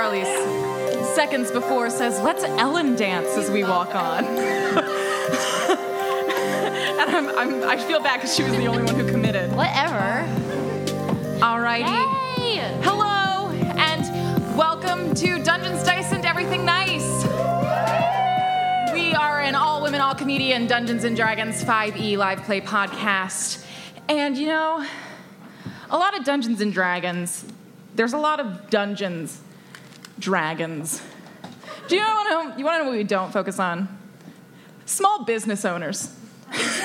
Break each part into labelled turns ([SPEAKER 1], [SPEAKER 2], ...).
[SPEAKER 1] Grace, seconds before, says, Let's Ellen dance as we walk on. and I'm, I'm, I feel bad because she was the only one who committed.
[SPEAKER 2] Whatever.
[SPEAKER 1] Alrighty.
[SPEAKER 2] Yay!
[SPEAKER 1] Hello, and welcome to Dungeons, Dice, and Everything Nice. We are an all women, all comedian Dungeons and Dragons 5e live play podcast. And you know, a lot of Dungeons and Dragons, there's a lot of dungeons, dragons. Do you want to you want to know what we don't focus on? Small business owners.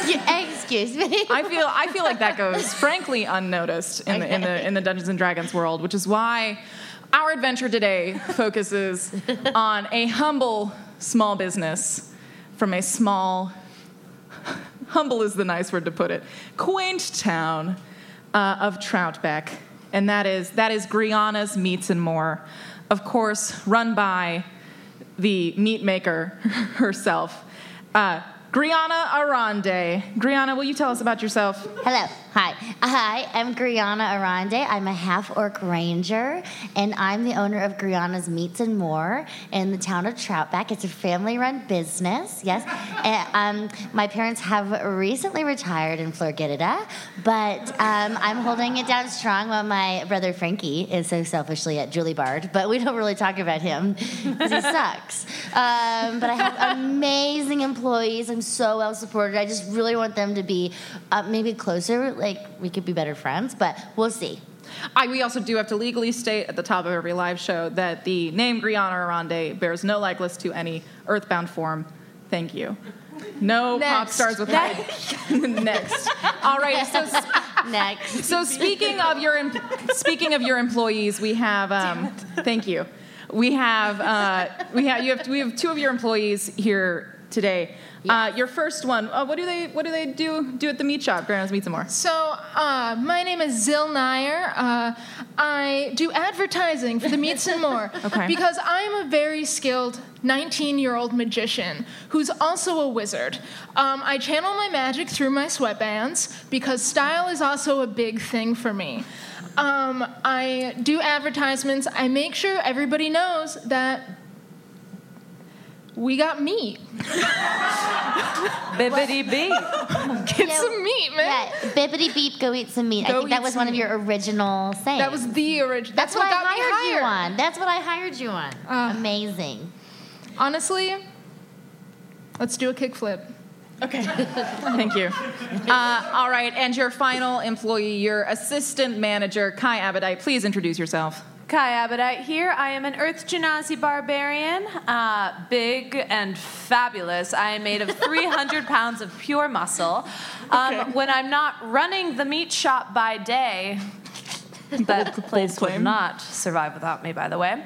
[SPEAKER 2] Yeah, excuse me.
[SPEAKER 1] I feel I feel like that goes frankly unnoticed in the in the in the Dungeons and Dragons world, which is why our adventure today focuses on a humble small business from a small humble is the nice word to put it quaint town uh, of Troutbeck, and that is that is Griana's Meats and More, of course, run by the meat maker herself. Uh, Griana Arande. Griana, will you tell us about yourself?
[SPEAKER 2] Hello. Hi. Hi, I'm Griana Arande. I'm a half orc ranger, and I'm the owner of Griana's Meats and More in the town of Troutback. It's a family run business, yes. and, um, my parents have recently retired in Florida, but um, I'm holding it down strong while my brother Frankie is so selfishly at Julie Bard, but we don't really talk about him because he sucks. Um, but I have amazing employees. I'm so well supported. I just really want them to be uh, maybe closer. Like we could be better friends, but we'll see.
[SPEAKER 1] I, we also do have to legally state at the top of every live show that the name Griana Arande bears no likeness to any earthbound form. Thank you. No pop
[SPEAKER 3] Next.
[SPEAKER 1] stars with next. All right. So,
[SPEAKER 2] Next.
[SPEAKER 1] so speaking of your em- speaking of your employees, we have um, thank you. We have uh, we have you have we have two of your employees here today. Uh, your first one. Uh, what do they what do they do do at the meat shop? Grandma's Meat some more.
[SPEAKER 3] So, uh, my name is Zill Nair. Uh, I do advertising for the Meats and More
[SPEAKER 1] Okay.
[SPEAKER 3] because I'm a very skilled 19 year old magician who's also a wizard. Um, I channel my magic through my sweatbands because style is also a big thing for me. Um, I do advertisements, I make sure everybody knows that we got meat.
[SPEAKER 1] Bibbidi bee.
[SPEAKER 3] Get
[SPEAKER 2] Yeah.
[SPEAKER 3] some meat,
[SPEAKER 2] Yeah,
[SPEAKER 3] man.
[SPEAKER 2] bibbity beep, go eat some meat. I
[SPEAKER 3] Go
[SPEAKER 2] think that
[SPEAKER 3] eat
[SPEAKER 2] was
[SPEAKER 3] some
[SPEAKER 2] one of your original sayings.
[SPEAKER 3] That was the original. That's,
[SPEAKER 2] That's what,
[SPEAKER 3] got
[SPEAKER 2] I hired,
[SPEAKER 3] me
[SPEAKER 2] you
[SPEAKER 3] hired.
[SPEAKER 2] on. That's what I hired you on.
[SPEAKER 3] Ah.
[SPEAKER 2] Amazing.
[SPEAKER 3] Honestly, let's do a kickflip.
[SPEAKER 1] Thank you. Uh, all right, and your final employee, your assistant manager, Kai Abadite. Please introduce yourself.
[SPEAKER 4] Kai Abadite here. I am an Earth Genasi barbarian, uh, big and fabulous. I am made of 300 pounds of pure muscle. Um, When I'm not running the meat shop by day, that place would
[SPEAKER 1] claim.
[SPEAKER 4] not survive without me, by the way.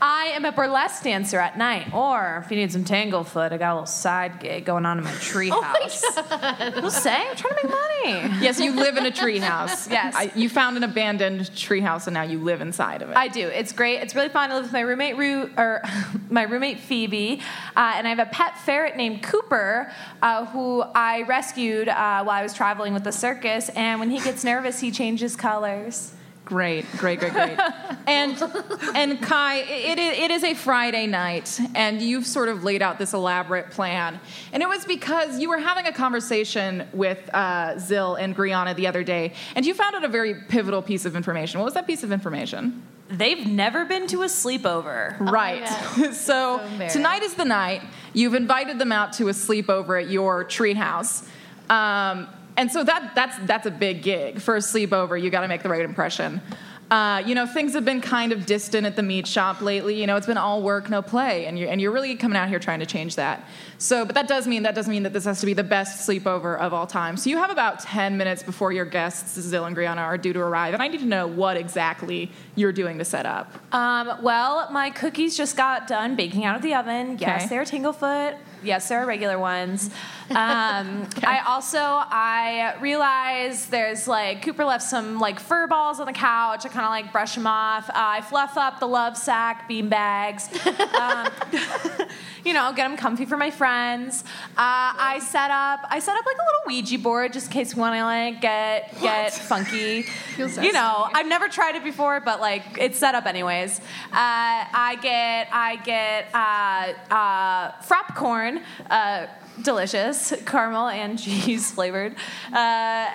[SPEAKER 4] I am a burlesque dancer at night, or if you need some tanglefoot, I got a little side gig going on in my treehouse. We'll say, I'm trying to make money.
[SPEAKER 1] Yes, you live in a treehouse.
[SPEAKER 4] Yes.
[SPEAKER 1] I, you found an abandoned treehouse, and now you live inside of it.
[SPEAKER 4] I do. It's great. It's really fun. I live with my roommate Ru- or my roommate Phoebe, uh, and I have a pet ferret named Cooper, uh, who I rescued uh, while I was traveling with the circus. And when he gets nervous, he changes colors.
[SPEAKER 1] Great, great, great, great. and and Kai, it, it, it is a Friday night, and you've sort of laid out this elaborate plan. And it was because you were having a conversation with uh, Zill and Griana the other day, and you found out a very pivotal piece of information. What was that piece of information?
[SPEAKER 4] They've never been to a sleepover.
[SPEAKER 1] Right. so tonight is the night. You've invited them out to a sleepover at your treehouse. Um, and so that, that's, that's a big gig. For a sleepover, you got to make the right impression. Uh, you know, things have been kind of distant at the meat shop lately. You know, it's been all work, no play. And you're, and you're really coming out here trying to change that. So, but that does mean that doesn't mean that this has to be the best sleepover of all time. So you have about 10 minutes before your guests, Zill and Griana, are due to arrive. And I need to know what exactly you're doing to set up.
[SPEAKER 4] Um, well, my cookies just got done baking out of the oven. Yes,
[SPEAKER 1] Okay.
[SPEAKER 4] they're Tanglefoot. Yes, they're regular ones. Um, I also I realized there's like Cooper left some like fur balls on the couch. I kind kind of like brush them off. Uh, I fluff up the love sack, bean bags, um, you know, get them comfy for my friends. Uh, I set up, I set up like a little Ouija board just in case we want to like get get funky. you know, I've never tried it before, but like it's set up anyways. Uh, I get, I get uh, uh, frop corn. Uh, delicious, caramel and cheese flavored. Uh,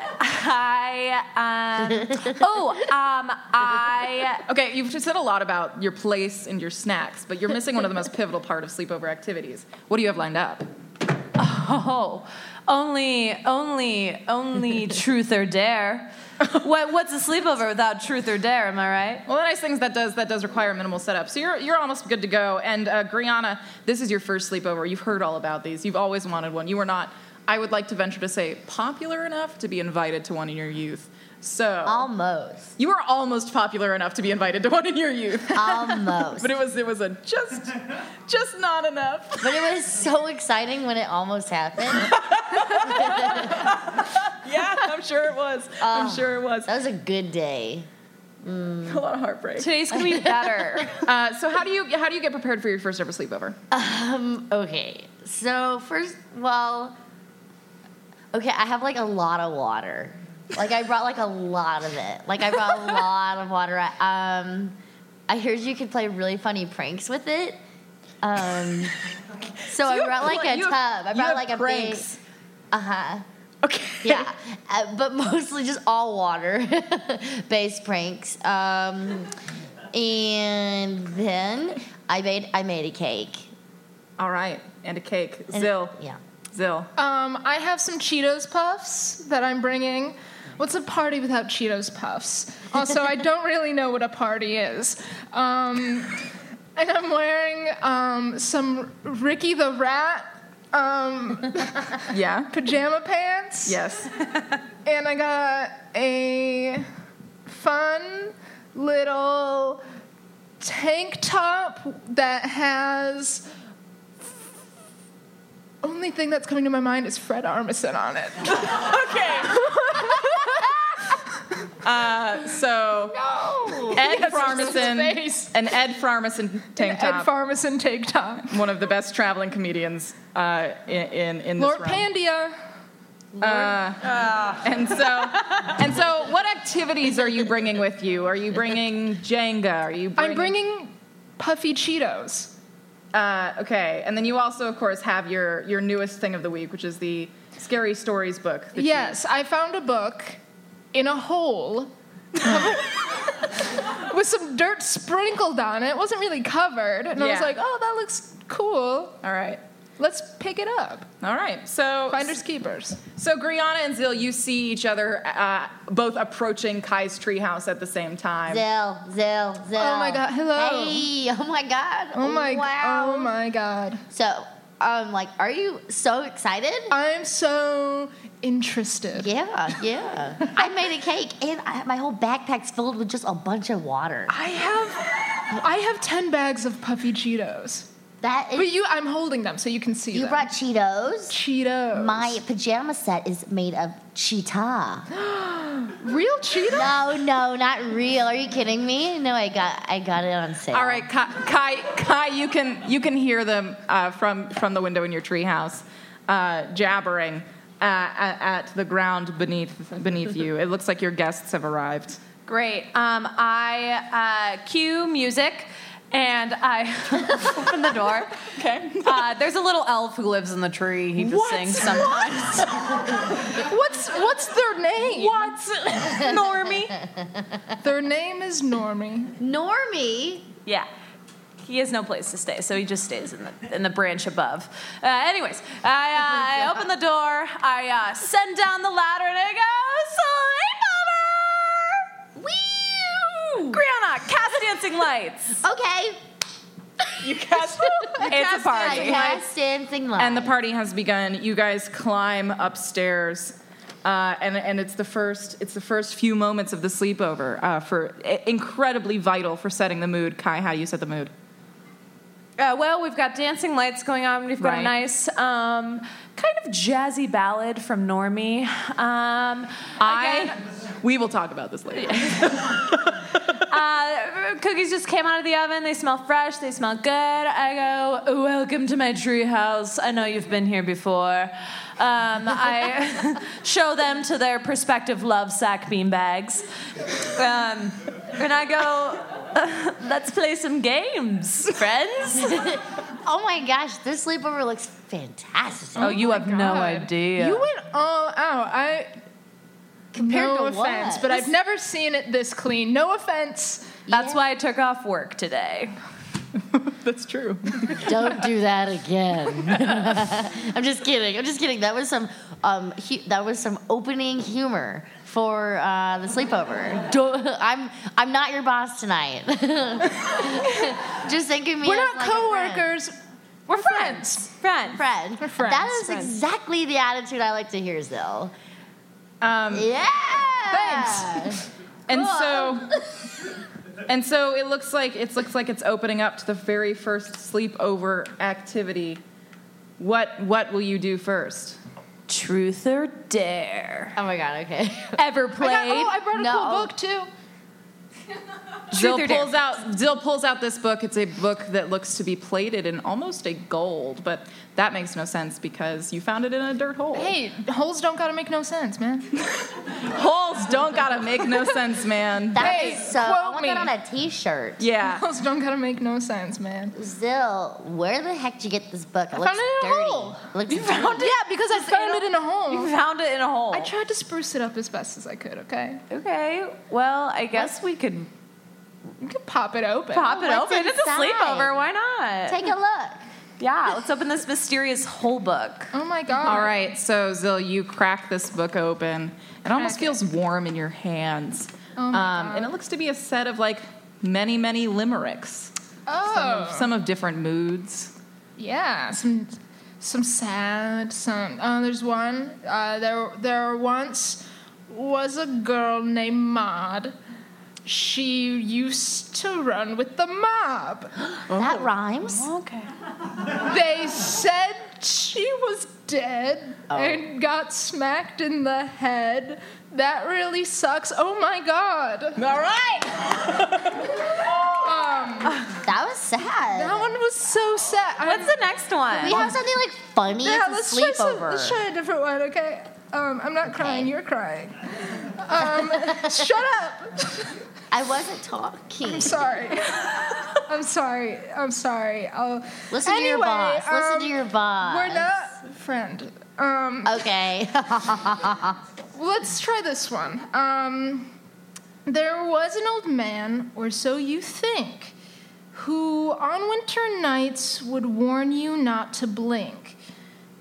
[SPEAKER 4] I um, oh um, I
[SPEAKER 1] Okay, you've just said a lot about your place and your snacks, but you're missing one of the most pivotal part of sleepover activities. What do you have lined up?
[SPEAKER 4] oh only only only truth or dare. What what's a sleepover without truth or dare? Am I right?
[SPEAKER 1] Well, the nice thing is that does that does require minimal setup, so you're you're almost good to go. And uh, Griana, this is your first sleepover. You've heard all about these. You've always wanted one. You were not, I would like to venture to say, popular enough to be invited to one in your youth. So
[SPEAKER 2] Almost.
[SPEAKER 1] you were almost popular enough to be invited to one in your youth,
[SPEAKER 2] Almost.
[SPEAKER 1] but it was it was a just just not enough.
[SPEAKER 2] But it was so exciting when it almost happened.
[SPEAKER 1] Yeah, I'm sure it was. I'm sure it was.
[SPEAKER 2] That was a good day.
[SPEAKER 1] A lot of heartbreak.
[SPEAKER 4] Today's gonna be better.
[SPEAKER 1] Uh, so how do you how do you get prepared for your first ever sleepover?
[SPEAKER 2] Um, okay. So first, well, okay, I have like a lot of water. Like I brought like a lot of it. Like I brought a lot of water. I- Um, I heard you could play really funny pranks with it. Um, so, I
[SPEAKER 1] you
[SPEAKER 2] brought like
[SPEAKER 1] have-
[SPEAKER 2] a
[SPEAKER 1] you have-
[SPEAKER 2] tub. I
[SPEAKER 1] you
[SPEAKER 2] brought
[SPEAKER 1] have
[SPEAKER 2] like a
[SPEAKER 1] pranks.
[SPEAKER 2] big. Uh huh.
[SPEAKER 1] Okay.
[SPEAKER 2] Yeah, uh, but mostly just all water based pranks. Um, and then I made I made a cake.
[SPEAKER 1] All right, and a cake.
[SPEAKER 2] And-
[SPEAKER 1] Zill,
[SPEAKER 2] Yeah.
[SPEAKER 1] Zill.
[SPEAKER 3] Um, I have some Cheetos puffs that I'm bringing. What's a party without Cheetos puffs? Also, I don't really know what a party is. Um, and I'm wearing um, some Ricky the Rat um,
[SPEAKER 1] Yeah.
[SPEAKER 3] pajama pants.
[SPEAKER 1] Yes.
[SPEAKER 3] And I got a fun little tank top that has. Only thing that's coming to my mind is Fred Armisen on it.
[SPEAKER 1] So
[SPEAKER 3] No!
[SPEAKER 1] Ed
[SPEAKER 3] Yes, his
[SPEAKER 1] Farmison,
[SPEAKER 3] face.
[SPEAKER 1] an Ed Farmison tank
[SPEAKER 3] Ed
[SPEAKER 1] top,
[SPEAKER 3] Farmison tank top.
[SPEAKER 1] one of the best traveling comedians uh, in in, in this
[SPEAKER 3] Lord
[SPEAKER 1] realm.
[SPEAKER 3] Pandia.
[SPEAKER 1] And so, and so, what activities are you bringing with you? Are you bringing Jenga? Are you? Bringing,
[SPEAKER 3] I'm bringing puffy Cheetos.
[SPEAKER 1] Uh, okay, and then you also, of course, have your your newest thing of the week, which is the scary stories book. that you-
[SPEAKER 3] Yes, I found a book in a hole with some dirt sprinkled on it. It wasn't really covered. And I was
[SPEAKER 1] Yeah.
[SPEAKER 3] like, oh, that looks cool.
[SPEAKER 1] all right.
[SPEAKER 3] Let's pick it up.
[SPEAKER 1] All right. So
[SPEAKER 3] Finders keepers.
[SPEAKER 1] So Griana and Zil, you see each other uh, both approaching Kai's treehouse at the same time.
[SPEAKER 2] Zill, Zill, Zill.
[SPEAKER 3] Oh my God, hello.
[SPEAKER 2] Hey, oh my god.
[SPEAKER 3] Oh my
[SPEAKER 2] wow.
[SPEAKER 3] oh my god.
[SPEAKER 2] So I'm like, are you so excited?
[SPEAKER 3] I'm so interested.
[SPEAKER 2] Yeah, yeah. I made a cake and I, my whole backpack's filled with just a bunch of water.
[SPEAKER 3] I have I have 10 bags of puffy Cheetos.
[SPEAKER 2] That is,
[SPEAKER 3] But you I'm holding them so you can see
[SPEAKER 2] you
[SPEAKER 3] them.
[SPEAKER 2] brought Cheetos.
[SPEAKER 3] Cheetos.
[SPEAKER 2] My pajama set is made of cheetah.
[SPEAKER 3] real
[SPEAKER 2] No,
[SPEAKER 3] Cheetos?
[SPEAKER 2] no, not real. Are you kidding me? No, I got I got it on sale.
[SPEAKER 1] All right, Kai, Kai, Kai, you can you can hear them uh, from from the window in your treehouse, uh, jabbering uh, at, at the ground beneath beneath you. It looks like your guests have arrived.
[SPEAKER 4] Great. Um, I uh, cue music and I open the door.
[SPEAKER 1] Okay.
[SPEAKER 4] Uh, there's a little elf who lives in the tree. He just
[SPEAKER 1] What?
[SPEAKER 4] sings sometimes.
[SPEAKER 3] What's what's their name?
[SPEAKER 4] What? Normie?
[SPEAKER 3] Their name is Normie.
[SPEAKER 2] Normie.
[SPEAKER 4] Yeah. He has no place to stay, so he just stays in the, in the branch above. Uh, anyways, I, uh, I open the door, I uh, send down the ladder, and I go, sleepover! Wee! Brianna, cast dancing lights.
[SPEAKER 2] Okay.
[SPEAKER 1] You cast
[SPEAKER 4] it's a
[SPEAKER 2] I
[SPEAKER 4] party.
[SPEAKER 2] cast dancing light.
[SPEAKER 1] and the party has begun. You guys climb upstairs, uh, and and it's the first it's the first few moments of the sleepover uh, for i- incredibly vital for setting the mood. Kai, how do you set the mood?
[SPEAKER 4] Uh, well, we've got dancing lights going on. We've got
[SPEAKER 1] Right.
[SPEAKER 4] a nice um, kind of jazzy ballad from Normie. Um,
[SPEAKER 1] I
[SPEAKER 4] again,
[SPEAKER 1] we will talk about this later.
[SPEAKER 4] Uh, cookies just came out of the oven. They smell fresh. They smell good. I go, welcome to my treehouse. I know you've been here before. Um, I show them to their prospective love sack bean bags. Um, and I go, let's play some games, friends.
[SPEAKER 2] Oh my gosh, this sleepover looks fantastic.
[SPEAKER 4] Oh, you have no
[SPEAKER 3] God.
[SPEAKER 4] idea.
[SPEAKER 3] You went all out. I
[SPEAKER 2] Compared
[SPEAKER 3] no
[SPEAKER 2] to what?
[SPEAKER 3] offense, but I've never seen it this clean. No offense.
[SPEAKER 4] That's
[SPEAKER 2] Yeah.
[SPEAKER 4] why I took off work today.
[SPEAKER 1] That's true.
[SPEAKER 2] Don't do that again. I'm just kidding. I'm just kidding. That was some um, hu- that was some opening humor for uh, the sleepover. Don't, I'm I'm not your boss tonight. just think of me.
[SPEAKER 3] We're
[SPEAKER 2] as
[SPEAKER 3] not
[SPEAKER 2] like a friend.
[SPEAKER 3] coworkers. We're friends.
[SPEAKER 4] Friends.
[SPEAKER 2] Friend.
[SPEAKER 3] We're friends,
[SPEAKER 2] That is
[SPEAKER 3] friends.
[SPEAKER 2] exactly the attitude I like to hear, Zill.
[SPEAKER 1] Um,
[SPEAKER 2] Yeah.
[SPEAKER 1] Thanks. And so and so it looks like it looks like it's opening up to the very first sleepover activity. What what will you do first?
[SPEAKER 4] Truth or dare.
[SPEAKER 2] Oh my god. Okay.
[SPEAKER 4] Ever
[SPEAKER 3] I
[SPEAKER 4] played?
[SPEAKER 3] got- oh, I brought a
[SPEAKER 2] No.
[SPEAKER 3] cool book too.
[SPEAKER 1] Dill
[SPEAKER 4] or
[SPEAKER 1] pulls
[SPEAKER 4] dare.
[SPEAKER 1] out Dill pulls out this book. It's a book that looks to be plated in almost a gold, but that makes no sense because you found it in a dirt hole.
[SPEAKER 3] Hey, holes don't gotta make no sense, man.
[SPEAKER 1] Holes don't gotta make no sense, man.
[SPEAKER 2] That
[SPEAKER 3] Hey,
[SPEAKER 2] is so. I
[SPEAKER 3] quote
[SPEAKER 2] want
[SPEAKER 3] me.
[SPEAKER 2] that on a T-shirt.
[SPEAKER 1] Yeah.
[SPEAKER 3] Holes don't gotta make no sense, man.
[SPEAKER 2] Zill, where the heck did you get this book? It
[SPEAKER 3] found it in a
[SPEAKER 2] dirty.
[SPEAKER 3] hole.
[SPEAKER 2] Looks
[SPEAKER 4] Oh,
[SPEAKER 3] Found it? Yeah, because I found it in a
[SPEAKER 4] You
[SPEAKER 3] hole.
[SPEAKER 4] found it in a hole.
[SPEAKER 3] I tried to spruce it up as best as I could. Okay,
[SPEAKER 4] Okay. Well, I guess we could
[SPEAKER 3] you can pop it open.
[SPEAKER 4] pop it
[SPEAKER 2] What's
[SPEAKER 4] open. It's a
[SPEAKER 2] inside?
[SPEAKER 4] sleepover. Why not?
[SPEAKER 2] Take a look.
[SPEAKER 4] yeah. Let's open this mysterious whole book.
[SPEAKER 3] Oh my god.
[SPEAKER 1] All right, so Zill, you crack this book open. It almost
[SPEAKER 3] Crack it.
[SPEAKER 1] feels warm in your hands. Um,
[SPEAKER 3] Oh my God.
[SPEAKER 1] And it looks to be a set of like many, many limericks,
[SPEAKER 3] Oh.
[SPEAKER 1] some of different moods.
[SPEAKER 3] Yeah, some some sad. Some uh, there's one. Uh, there there once was a girl named Maud. She used to run with the mob.
[SPEAKER 2] That
[SPEAKER 3] Oh.
[SPEAKER 2] rhymes.
[SPEAKER 4] Okay.
[SPEAKER 3] They said she was dead and got smacked in the head. That really sucks. Oh my god.
[SPEAKER 1] All right.
[SPEAKER 2] That was sad.
[SPEAKER 3] That one was so sad. I-
[SPEAKER 4] What's the next one?
[SPEAKER 2] we have something like funny.
[SPEAKER 3] yeah,
[SPEAKER 2] it's
[SPEAKER 3] let's
[SPEAKER 2] a
[SPEAKER 3] try, some,
[SPEAKER 2] sleepover.
[SPEAKER 3] let's try a different one, okay? Um, I'm not crying,
[SPEAKER 2] Okay.
[SPEAKER 3] you're crying. Um, shut up!
[SPEAKER 2] I wasn't talking.
[SPEAKER 3] I'm sorry. I'm sorry. I'm sorry. I'll,
[SPEAKER 2] Listen to your
[SPEAKER 3] Anyway,
[SPEAKER 2] boss. Listen to
[SPEAKER 3] um,
[SPEAKER 2] your boss.
[SPEAKER 3] We're not friend. Um,
[SPEAKER 2] Okay. Oh
[SPEAKER 3] let's try this one. Um, there was an old man, or so you think, who on winter nights would warn you not to blink.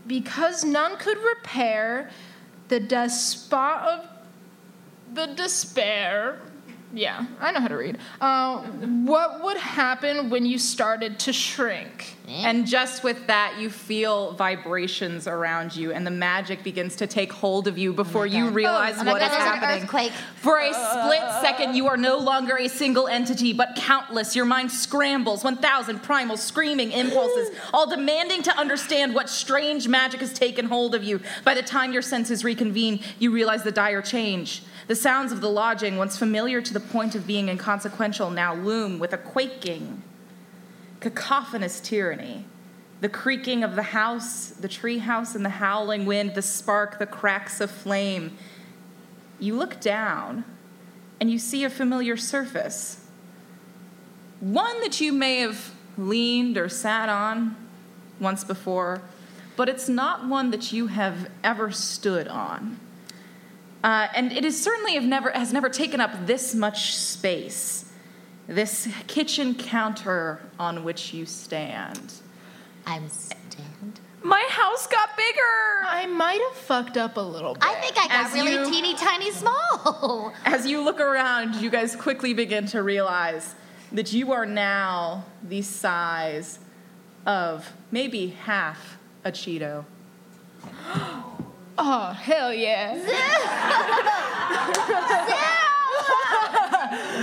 [SPEAKER 3] Because none could repair the despot of the despair. Yeah, I know how to read. Uh, what would happen when you started to shrink?
[SPEAKER 1] And just with that, you feel vibrations around you, and the magic begins to take hold of you before you realize
[SPEAKER 3] Oh my
[SPEAKER 1] what
[SPEAKER 2] God,
[SPEAKER 1] is
[SPEAKER 2] there's an
[SPEAKER 1] happening.
[SPEAKER 2] earthquake.
[SPEAKER 1] For a split second, you are no longer a single entity, but countless. Your mind scrambles, 1,000 primal screaming impulses, all demanding to understand what strange magic has taken hold of you. By the time your senses reconvene, you realize the dire change. The sounds of the lodging, once familiar to the point of being inconsequential, now loom with a quaking, cacophonous tyranny. The creaking of the house, the tree house, and the howling wind, the spark, the cracks of flame. You look down and you see a familiar surface. One that you may have leaned or sat on once before, but it's not one that you have ever stood on. Uh, and it is certainly have never, has never taken up this much space, this kitchen counter on which you stand.
[SPEAKER 2] I'm stand.
[SPEAKER 4] My house got bigger.
[SPEAKER 3] I might have fucked up a little bit.
[SPEAKER 2] I think I got
[SPEAKER 1] As
[SPEAKER 2] really
[SPEAKER 1] you-
[SPEAKER 2] teeny tiny small.
[SPEAKER 1] As you look around, you guys quickly begin to realize that you are now the size of maybe half a Cheeto.
[SPEAKER 3] Oh, hell yeah.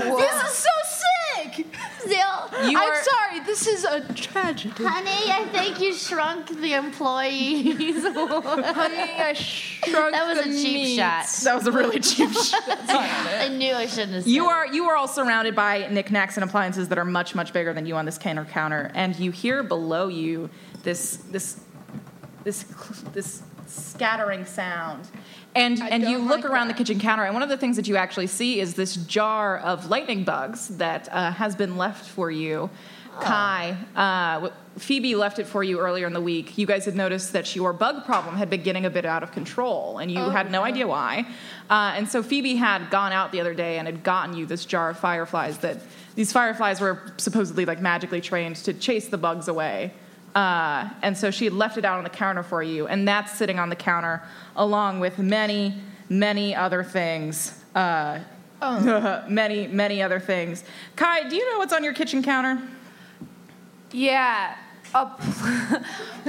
[SPEAKER 2] This is so sick. Zill,
[SPEAKER 1] You
[SPEAKER 3] I'm
[SPEAKER 1] are-
[SPEAKER 3] sorry, this is a tragedy.
[SPEAKER 2] Honey, I think you shrunk the employees.
[SPEAKER 3] Honey, I shrunk
[SPEAKER 2] That was
[SPEAKER 3] the
[SPEAKER 2] a cheap
[SPEAKER 3] meat.
[SPEAKER 2] shot.
[SPEAKER 1] That was a really cheap shot.
[SPEAKER 2] I knew I shouldn't have.
[SPEAKER 1] You
[SPEAKER 2] said
[SPEAKER 1] are you are all surrounded by knickknacks and appliances that are much much bigger than you on this counter counter, and you hear below you this this this cl- this scattering sound. And,
[SPEAKER 3] I
[SPEAKER 1] and you
[SPEAKER 3] don't
[SPEAKER 1] look
[SPEAKER 3] like
[SPEAKER 1] around
[SPEAKER 3] that.
[SPEAKER 1] the kitchen counter, and one of the things that you actually see is this jar of lightning bugs that uh, has been left for you.
[SPEAKER 3] Oh.
[SPEAKER 1] Kai, uh, w- Phoebe left it for you earlier in the week. You guys had noticed that your bug problem had been getting a bit out of control, and you
[SPEAKER 3] Oh,
[SPEAKER 1] had no
[SPEAKER 3] no.
[SPEAKER 1] idea why. Uh, and so Phoebe had gone out the other day and had gotten you this jar of fireflies that these fireflies were supposedly like magically trained to chase the bugs away. Uh, and so she had left it out on the counter for you, and that's sitting on the counter along with many, many other things. Uh, many, many other things. Kai, do you know what's on your kitchen counter?
[SPEAKER 4] Yeah. A, pl-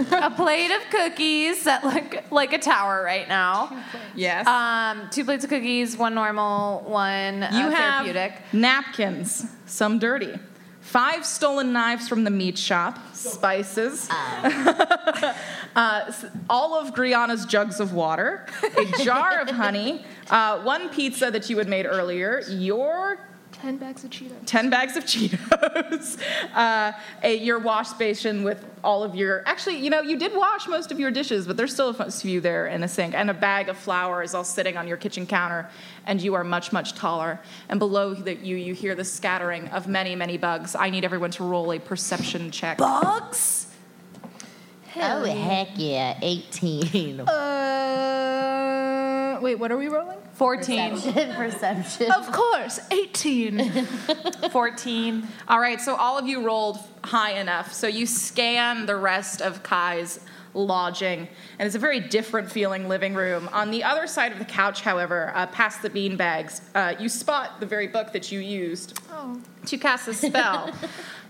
[SPEAKER 4] a plate of cookies that look like a tower right now.
[SPEAKER 1] Yes.
[SPEAKER 4] Um, two plates of cookies, one normal, one uh,
[SPEAKER 1] You have
[SPEAKER 4] therapeutic.
[SPEAKER 1] napkins, some dirty. Five stolen knives from the meat shop, spices, uh, s- all of Griana's jugs of water, a jar of honey, uh, one pizza that you had made earlier, your
[SPEAKER 3] Ten bags of Cheetos.
[SPEAKER 1] 10 bags of Cheetos, uh, a, your wash station with all of your. Actually, you know, you did wash most of your dishes, but there's still a f- few there in the sink. And a bag of flour is all sitting on your kitchen counter, and you are much, much taller. And below that you, you hear the scattering of many, many bugs. I need everyone to roll a perception check.
[SPEAKER 4] Bugs?
[SPEAKER 2] that. Oh heck yeah, eighteen.
[SPEAKER 3] Uh, wait, what are we rolling?
[SPEAKER 4] 14.
[SPEAKER 2] Perception.
[SPEAKER 3] Of course, 18.
[SPEAKER 4] 14.
[SPEAKER 1] All right, so all of you rolled high enough. So you scan the rest of Kai's lodging, and it's a very different feeling living room. On the other side of the couch, however, uh, past the bean bags, uh, you spot the very book that you used
[SPEAKER 3] Oh.
[SPEAKER 1] to cast a spell.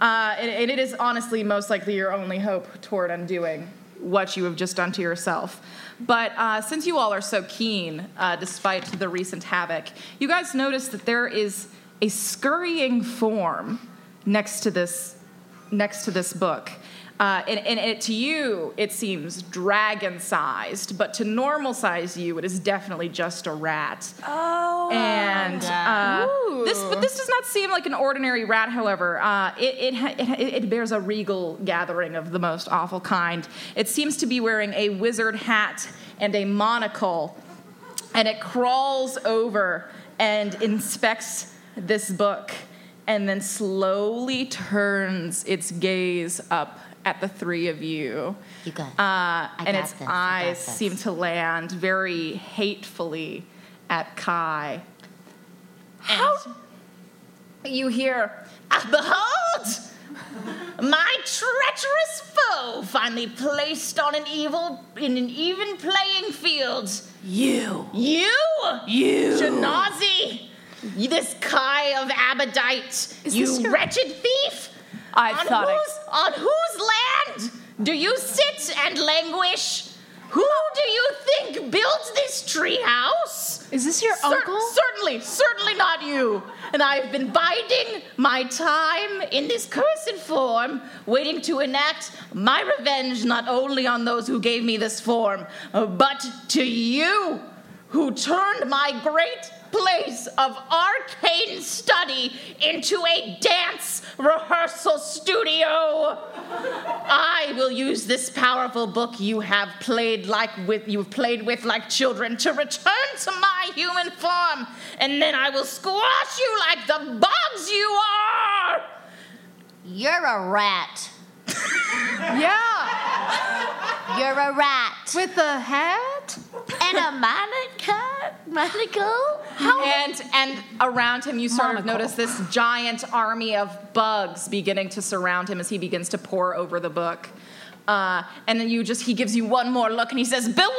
[SPEAKER 1] uh, and, and it is honestly most likely your only hope toward undoing what you have just done to yourself. But uh, since you all are so keen, uh, despite the recent havoc, you guys notice that there is a scurrying form next to this next to this book. Uh, and, and it, to you, it seems dragon sized, but to normal size you, it is definitely just a rat.
[SPEAKER 4] Oh.
[SPEAKER 1] And uh, this, but this does not seem like an ordinary rat. However, uh, it, it, ha- it ha- it bears a regal gathering of the most awful kind. It seems to be wearing a wizard hat and a monocle, and it crawls over and inspects this book, and then slowly turns its gaze up at the three of you.
[SPEAKER 2] You got
[SPEAKER 1] Uh,
[SPEAKER 2] it. I
[SPEAKER 1] and
[SPEAKER 2] got
[SPEAKER 1] its
[SPEAKER 2] this, I got
[SPEAKER 1] eyes
[SPEAKER 2] this.
[SPEAKER 1] seem to land very hatefully at Kai. How? You hear, "Ah, behold! My treacherous foe finally placed on an evil, in an even playing field. You. You? You. Janazi! This Kai of Abadite! you wretched thief!
[SPEAKER 4] I
[SPEAKER 1] on
[SPEAKER 4] thought I-
[SPEAKER 1] whose, on whose land do you sit and languish? Who do you think built this treehouse?
[SPEAKER 3] Is this your
[SPEAKER 1] Cer-
[SPEAKER 3] uncle?
[SPEAKER 1] Certainly, certainly not you. And I've been biding my time in this cursed form, waiting to enact my revenge not only on those who gave me this form, uh, but to you, who turned my great place of arcane study into a dance rehearsal studio. I will use this powerful book you have played like with you've played with like children to return to my human form, and then I will squash you like the bugs you are.
[SPEAKER 2] You're a rat.
[SPEAKER 3] yeah,
[SPEAKER 2] You're a rat.
[SPEAKER 3] with a hat?
[SPEAKER 2] And a monocle. Monocle.
[SPEAKER 1] And and around him you sort of
[SPEAKER 4] Monocle.
[SPEAKER 1] notice this giant army of bugs beginning to surround him as he begins to pour over the book. Uh, and then you just he gives you one more look and he says, Beware!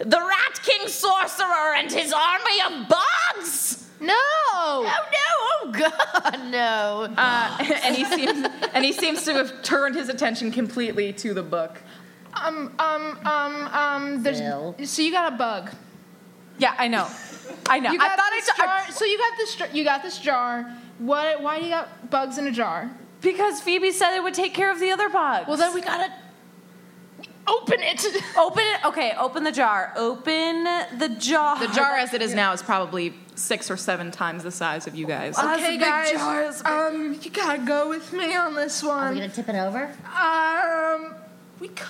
[SPEAKER 1] The Rat King Sorcerer and his army of bugs!
[SPEAKER 3] No!
[SPEAKER 2] Oh no! Oh god, no!
[SPEAKER 1] Uh, and he seems and he seems to have turned his attention completely to the book.
[SPEAKER 3] Um, um, um, um, there's.
[SPEAKER 2] Bill.
[SPEAKER 3] So you got a bug.
[SPEAKER 4] Yeah, I know. I know.
[SPEAKER 3] You
[SPEAKER 4] I
[SPEAKER 3] got
[SPEAKER 4] thought I
[SPEAKER 3] this
[SPEAKER 4] saw.
[SPEAKER 3] jar. So you got this. jar- You got this jar. What? Why do you got bugs in a jar?
[SPEAKER 4] Because Phoebe said it would take care of the other bugs.
[SPEAKER 3] Well, then we gotta open it.
[SPEAKER 4] open it. Okay, open the jar. Open the jar.
[SPEAKER 1] The
[SPEAKER 2] Uh,
[SPEAKER 1] jar as it is now is probably six or seven times the size of you guys.
[SPEAKER 4] That's a
[SPEAKER 3] okay,
[SPEAKER 4] big
[SPEAKER 3] guys.
[SPEAKER 4] jar, that's a big-
[SPEAKER 3] Um, you gotta go with me on this
[SPEAKER 2] Are we
[SPEAKER 3] one.
[SPEAKER 2] gonna tip it over?
[SPEAKER 3] Um, we could.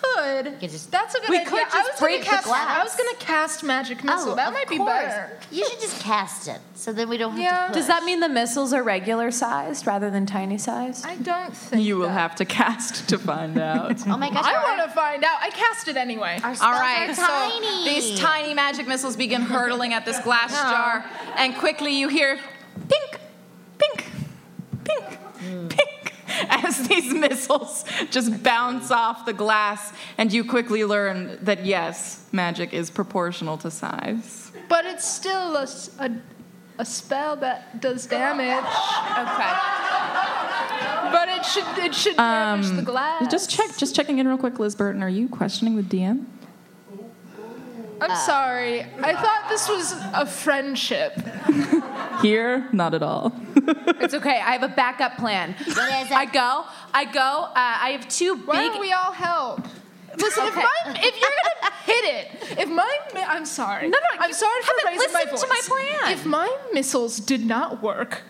[SPEAKER 2] could just-
[SPEAKER 3] That's a good
[SPEAKER 4] We
[SPEAKER 3] idea.
[SPEAKER 4] could
[SPEAKER 3] I
[SPEAKER 4] just
[SPEAKER 3] was gonna
[SPEAKER 4] break the
[SPEAKER 3] cast, I
[SPEAKER 2] glass.
[SPEAKER 3] was gonna cast magic missile.
[SPEAKER 2] oh,
[SPEAKER 3] that
[SPEAKER 2] of
[SPEAKER 3] might be
[SPEAKER 2] course.
[SPEAKER 3] better.
[SPEAKER 2] You should just cast it, so then we don't have
[SPEAKER 3] Yeah.
[SPEAKER 2] to.
[SPEAKER 3] Does
[SPEAKER 4] Does that
[SPEAKER 2] push.
[SPEAKER 4] mean the missiles are regular sized rather than tiny sized?
[SPEAKER 3] I don't think
[SPEAKER 1] You will
[SPEAKER 3] that-
[SPEAKER 1] have to cast to find out.
[SPEAKER 2] Oh my gosh!
[SPEAKER 3] I
[SPEAKER 2] our-
[SPEAKER 3] want to find out. I cast it anyway.
[SPEAKER 2] Our
[SPEAKER 1] All
[SPEAKER 2] spells
[SPEAKER 1] right,
[SPEAKER 2] are
[SPEAKER 1] so
[SPEAKER 2] tiny.
[SPEAKER 1] these tiny magic missiles begin hurtling at this glass jar, and quickly you hear pink, pink, pink,
[SPEAKER 2] Hmm.
[SPEAKER 1] pink as these missiles just bounce off the glass, and you quickly learn that yes, magic is proportional to size.
[SPEAKER 3] But it's still a, s- a- a spell that does damage.
[SPEAKER 4] Okay.
[SPEAKER 3] But it should it should damage the glass.
[SPEAKER 1] Just check, just checking in real quick, Liz Burton. Are you questioning the DM?
[SPEAKER 3] I'm sorry. I thought this was a friendship.
[SPEAKER 1] Here, not at all.
[SPEAKER 4] It's okay. I have a backup plan.
[SPEAKER 2] What is it?
[SPEAKER 4] I go. I go. Uh, I have two big.
[SPEAKER 3] Why don't we all help? Listen, if
[SPEAKER 4] Okay.
[SPEAKER 3] my if you're gonna hit it, if my mi- I'm sorry.
[SPEAKER 4] No, no,
[SPEAKER 3] I'm
[SPEAKER 4] you
[SPEAKER 3] sorry for
[SPEAKER 4] haven't
[SPEAKER 3] raising my voice.
[SPEAKER 4] listened to my plan.
[SPEAKER 3] If my missiles did not work,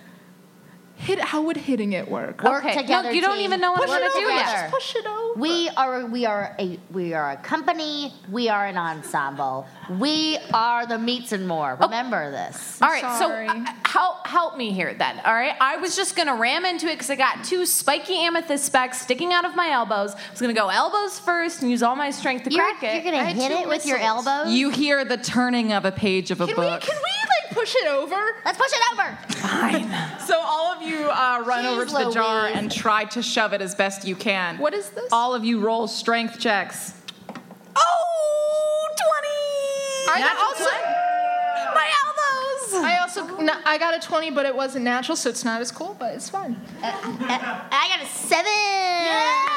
[SPEAKER 3] hit how would hitting it work?
[SPEAKER 2] Work
[SPEAKER 4] okay.
[SPEAKER 2] together,
[SPEAKER 4] no, you don't
[SPEAKER 2] team.
[SPEAKER 4] even know what
[SPEAKER 2] Push
[SPEAKER 4] I'm
[SPEAKER 2] it
[SPEAKER 4] gonna do
[SPEAKER 2] over.
[SPEAKER 4] yet.
[SPEAKER 2] Just
[SPEAKER 3] Push it over.
[SPEAKER 2] We are we are a we are a company. We are an ensemble. We are the meats and more.
[SPEAKER 4] Oh.
[SPEAKER 2] Remember this.
[SPEAKER 4] All right,
[SPEAKER 3] sorry.
[SPEAKER 4] so uh, help help me here then. All right, I was just gonna ram into it because I got two spiky amethyst specks sticking out of my elbows. I was gonna go elbows first and use all my strength to
[SPEAKER 2] You're,
[SPEAKER 4] crack it.
[SPEAKER 2] you're gonna
[SPEAKER 3] I had
[SPEAKER 2] hit
[SPEAKER 3] two
[SPEAKER 2] it with your
[SPEAKER 3] missiles.
[SPEAKER 2] elbows.
[SPEAKER 1] You hear the turning of a page of a
[SPEAKER 3] can we
[SPEAKER 1] book.
[SPEAKER 3] can we like push it over?
[SPEAKER 2] Let's push it over.
[SPEAKER 1] So all of you uh, run
[SPEAKER 2] Jeez
[SPEAKER 1] over to the jar
[SPEAKER 2] Louise.
[SPEAKER 1] and try to shove it as best you can.
[SPEAKER 3] What is this?
[SPEAKER 1] All of you roll strength checks.
[SPEAKER 4] Oh, 20!
[SPEAKER 3] I
[SPEAKER 1] Natural
[SPEAKER 3] also
[SPEAKER 4] my elbows.
[SPEAKER 3] I also no, I got a 20, but it wasn't natural, so it's not as cool, but it's fine.
[SPEAKER 2] Uh, I got a seven.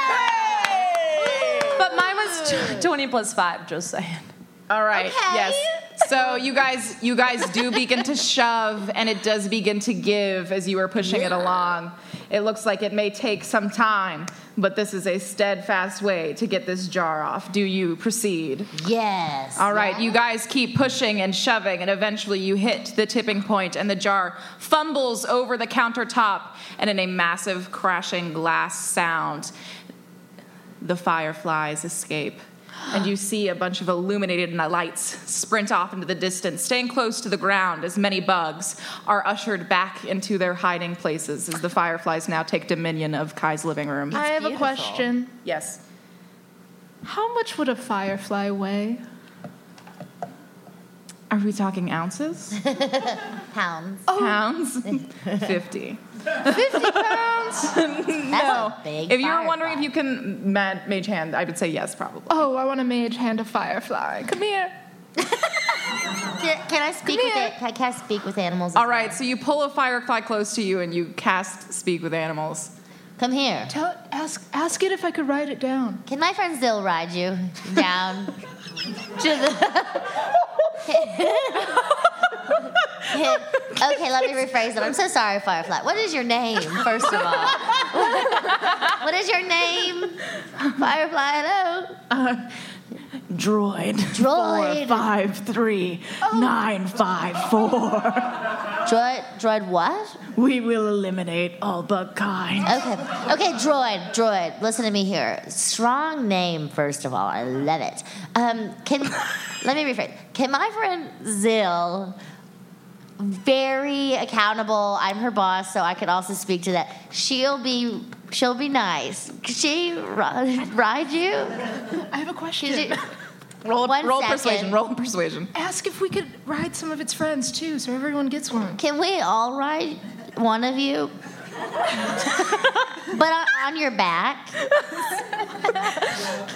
[SPEAKER 4] But mine was t- 20 plus five. Just saying.
[SPEAKER 1] All right.
[SPEAKER 2] Okay.
[SPEAKER 1] Yes. So you guys, you guys do begin to shove, and it does begin to give as you are pushing it along. It looks like it may take some time, but this is a steadfast way to get this jar off. Do you proceed?
[SPEAKER 2] Yes.
[SPEAKER 1] All right, you guys keep pushing and shoving, and eventually you hit the tipping point, and the jar fumbles over the countertop, and in a massive crashing glass sound, the fireflies escape. And you see a bunch of illuminated lights sprint off into the distance, staying close to the ground as many bugs are ushered back into their hiding places as the fireflies now take dominion of Kai's living room.
[SPEAKER 3] I have
[SPEAKER 2] beautiful.
[SPEAKER 3] a question.
[SPEAKER 1] yes.
[SPEAKER 3] How much would a firefly weigh?
[SPEAKER 1] Are we talking ounces?
[SPEAKER 2] pounds.
[SPEAKER 1] Pounds? 50.
[SPEAKER 3] 50 pounds?
[SPEAKER 2] That's a big.
[SPEAKER 1] If you were wondering if
[SPEAKER 2] firefly.
[SPEAKER 1] you can mad, mage hand, I would say yes, probably.
[SPEAKER 3] Oh, I want a mage hand a firefly. Come here.
[SPEAKER 2] Can- can I speak
[SPEAKER 3] Come
[SPEAKER 2] with
[SPEAKER 3] here.
[SPEAKER 2] it? Can I speak with animals? as
[SPEAKER 1] All right, so you pull a firefly close to you and you cast speak with animals.
[SPEAKER 2] well? Come here.
[SPEAKER 3] Tell, ask, ask it if I could write it down.
[SPEAKER 2] Can my friend Zill ride you down to the? okay, let me rephrase it. I'm so sorry, Firefly. What is your name, first of all? what is your name, Firefly? Hello,
[SPEAKER 1] Droid.
[SPEAKER 2] Droid. Four,
[SPEAKER 1] five, three,
[SPEAKER 3] Oh.
[SPEAKER 1] nine, five, four.
[SPEAKER 2] droid. Droid what?
[SPEAKER 1] We will eliminate all bug kind.
[SPEAKER 2] Okay, okay, droid, droid. Listen to me here. Strong name, first of all. I love it. Um, can let me rephrase. Can my friend Zill, very accountable. I'm her boss, so I could also speak to that. She'll be. She'll be nice. Could she ride, ride you?
[SPEAKER 3] I have a
[SPEAKER 2] Could
[SPEAKER 3] question.
[SPEAKER 2] you?
[SPEAKER 1] Roll,
[SPEAKER 2] One
[SPEAKER 1] roll
[SPEAKER 2] second.
[SPEAKER 1] persuasion, roll persuasion.
[SPEAKER 3] Ask if we could ride some of its friends too, so everyone gets one.
[SPEAKER 2] Can we all ride one of you? but on, on your back.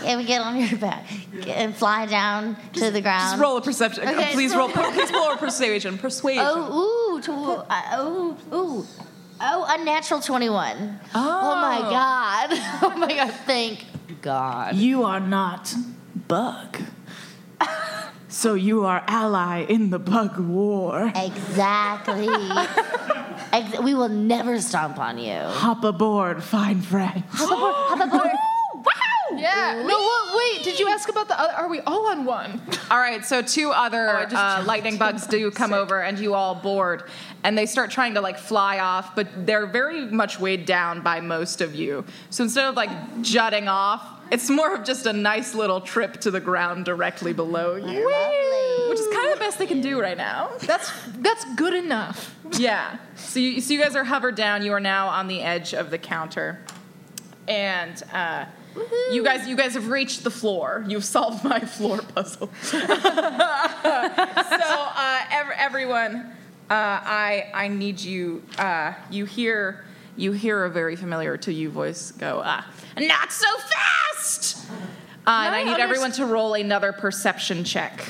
[SPEAKER 2] Can we get on your back and fly down to the ground?
[SPEAKER 1] Just roll a perception.
[SPEAKER 2] Um, Okay,
[SPEAKER 1] please
[SPEAKER 2] so-
[SPEAKER 1] roll, please roll a persuasion. Persuasion.
[SPEAKER 2] Oh, ooh, tw- uh, ooh, ooh. Oh, unnatural 21. Oh. my God. Oh my God, thank God.
[SPEAKER 5] You are not bug. so you are ally in the bug war.
[SPEAKER 2] Exactly. Ex- we will never stomp on you.
[SPEAKER 5] Hop aboard, fine friends.
[SPEAKER 2] Hop aboard, hop aboard.
[SPEAKER 3] Yeah. No, well, wait. Did you ask about the other? Are we all on one?
[SPEAKER 1] All right, so two other uh, lightning bugs do come over, and you all board, and they start trying to like fly off, but they're very much weighed down by most of you. So instead of like jutting off, it's more of just a nice little trip to the ground directly below you,
[SPEAKER 2] Lovely.
[SPEAKER 1] which is kind of the best they can do right now.
[SPEAKER 3] That's that's good enough.
[SPEAKER 1] Yeah. So you, so you guys are hovered down. You are now on the edge of the counter, and uh, you guys you guys have reached the floor. You've solved my floor puzzle. so uh, ev- everyone, uh, I I need you. Uh, you hear you hear a very familiar to you voice go. Ah, not so fast. Uh, and I need
[SPEAKER 3] underst-
[SPEAKER 1] everyone to roll another perception check.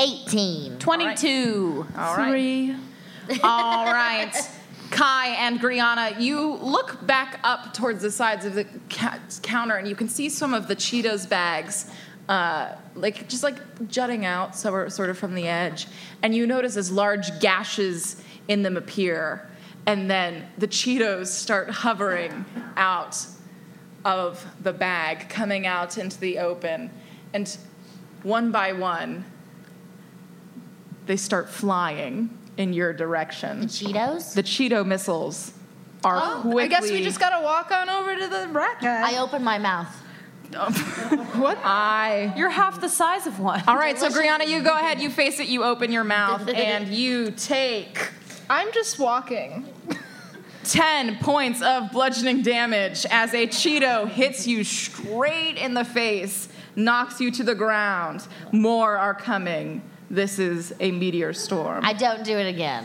[SPEAKER 2] 18.
[SPEAKER 4] 22.
[SPEAKER 1] All right.
[SPEAKER 3] Three.
[SPEAKER 1] All right. Kai and Griana, you look back up towards the sides of the ca- counter and you can see some of the Cheetos bags, uh, like just like jutting out, so sort of from the edge. And you notice as large gashes in them appear, and then the Cheetos start hovering out of the bag, coming out into the open. And one by one, they start flying in your direction.
[SPEAKER 2] Cheetos?
[SPEAKER 1] The Cheeto missiles are quickly.
[SPEAKER 3] Oh, I guess we just gotta walk on over to the rack.
[SPEAKER 2] I open my mouth.
[SPEAKER 1] what I.
[SPEAKER 4] You're half the size of one.
[SPEAKER 1] All right, so Griana, you go ahead. You face it. You open your mouth, and you take
[SPEAKER 3] I'm just walking.
[SPEAKER 1] ten points of bludgeoning damage as a Cheeto hits you straight in the face, knocks you to the ground. More are coming. This is a meteor storm.
[SPEAKER 2] I don't do it again.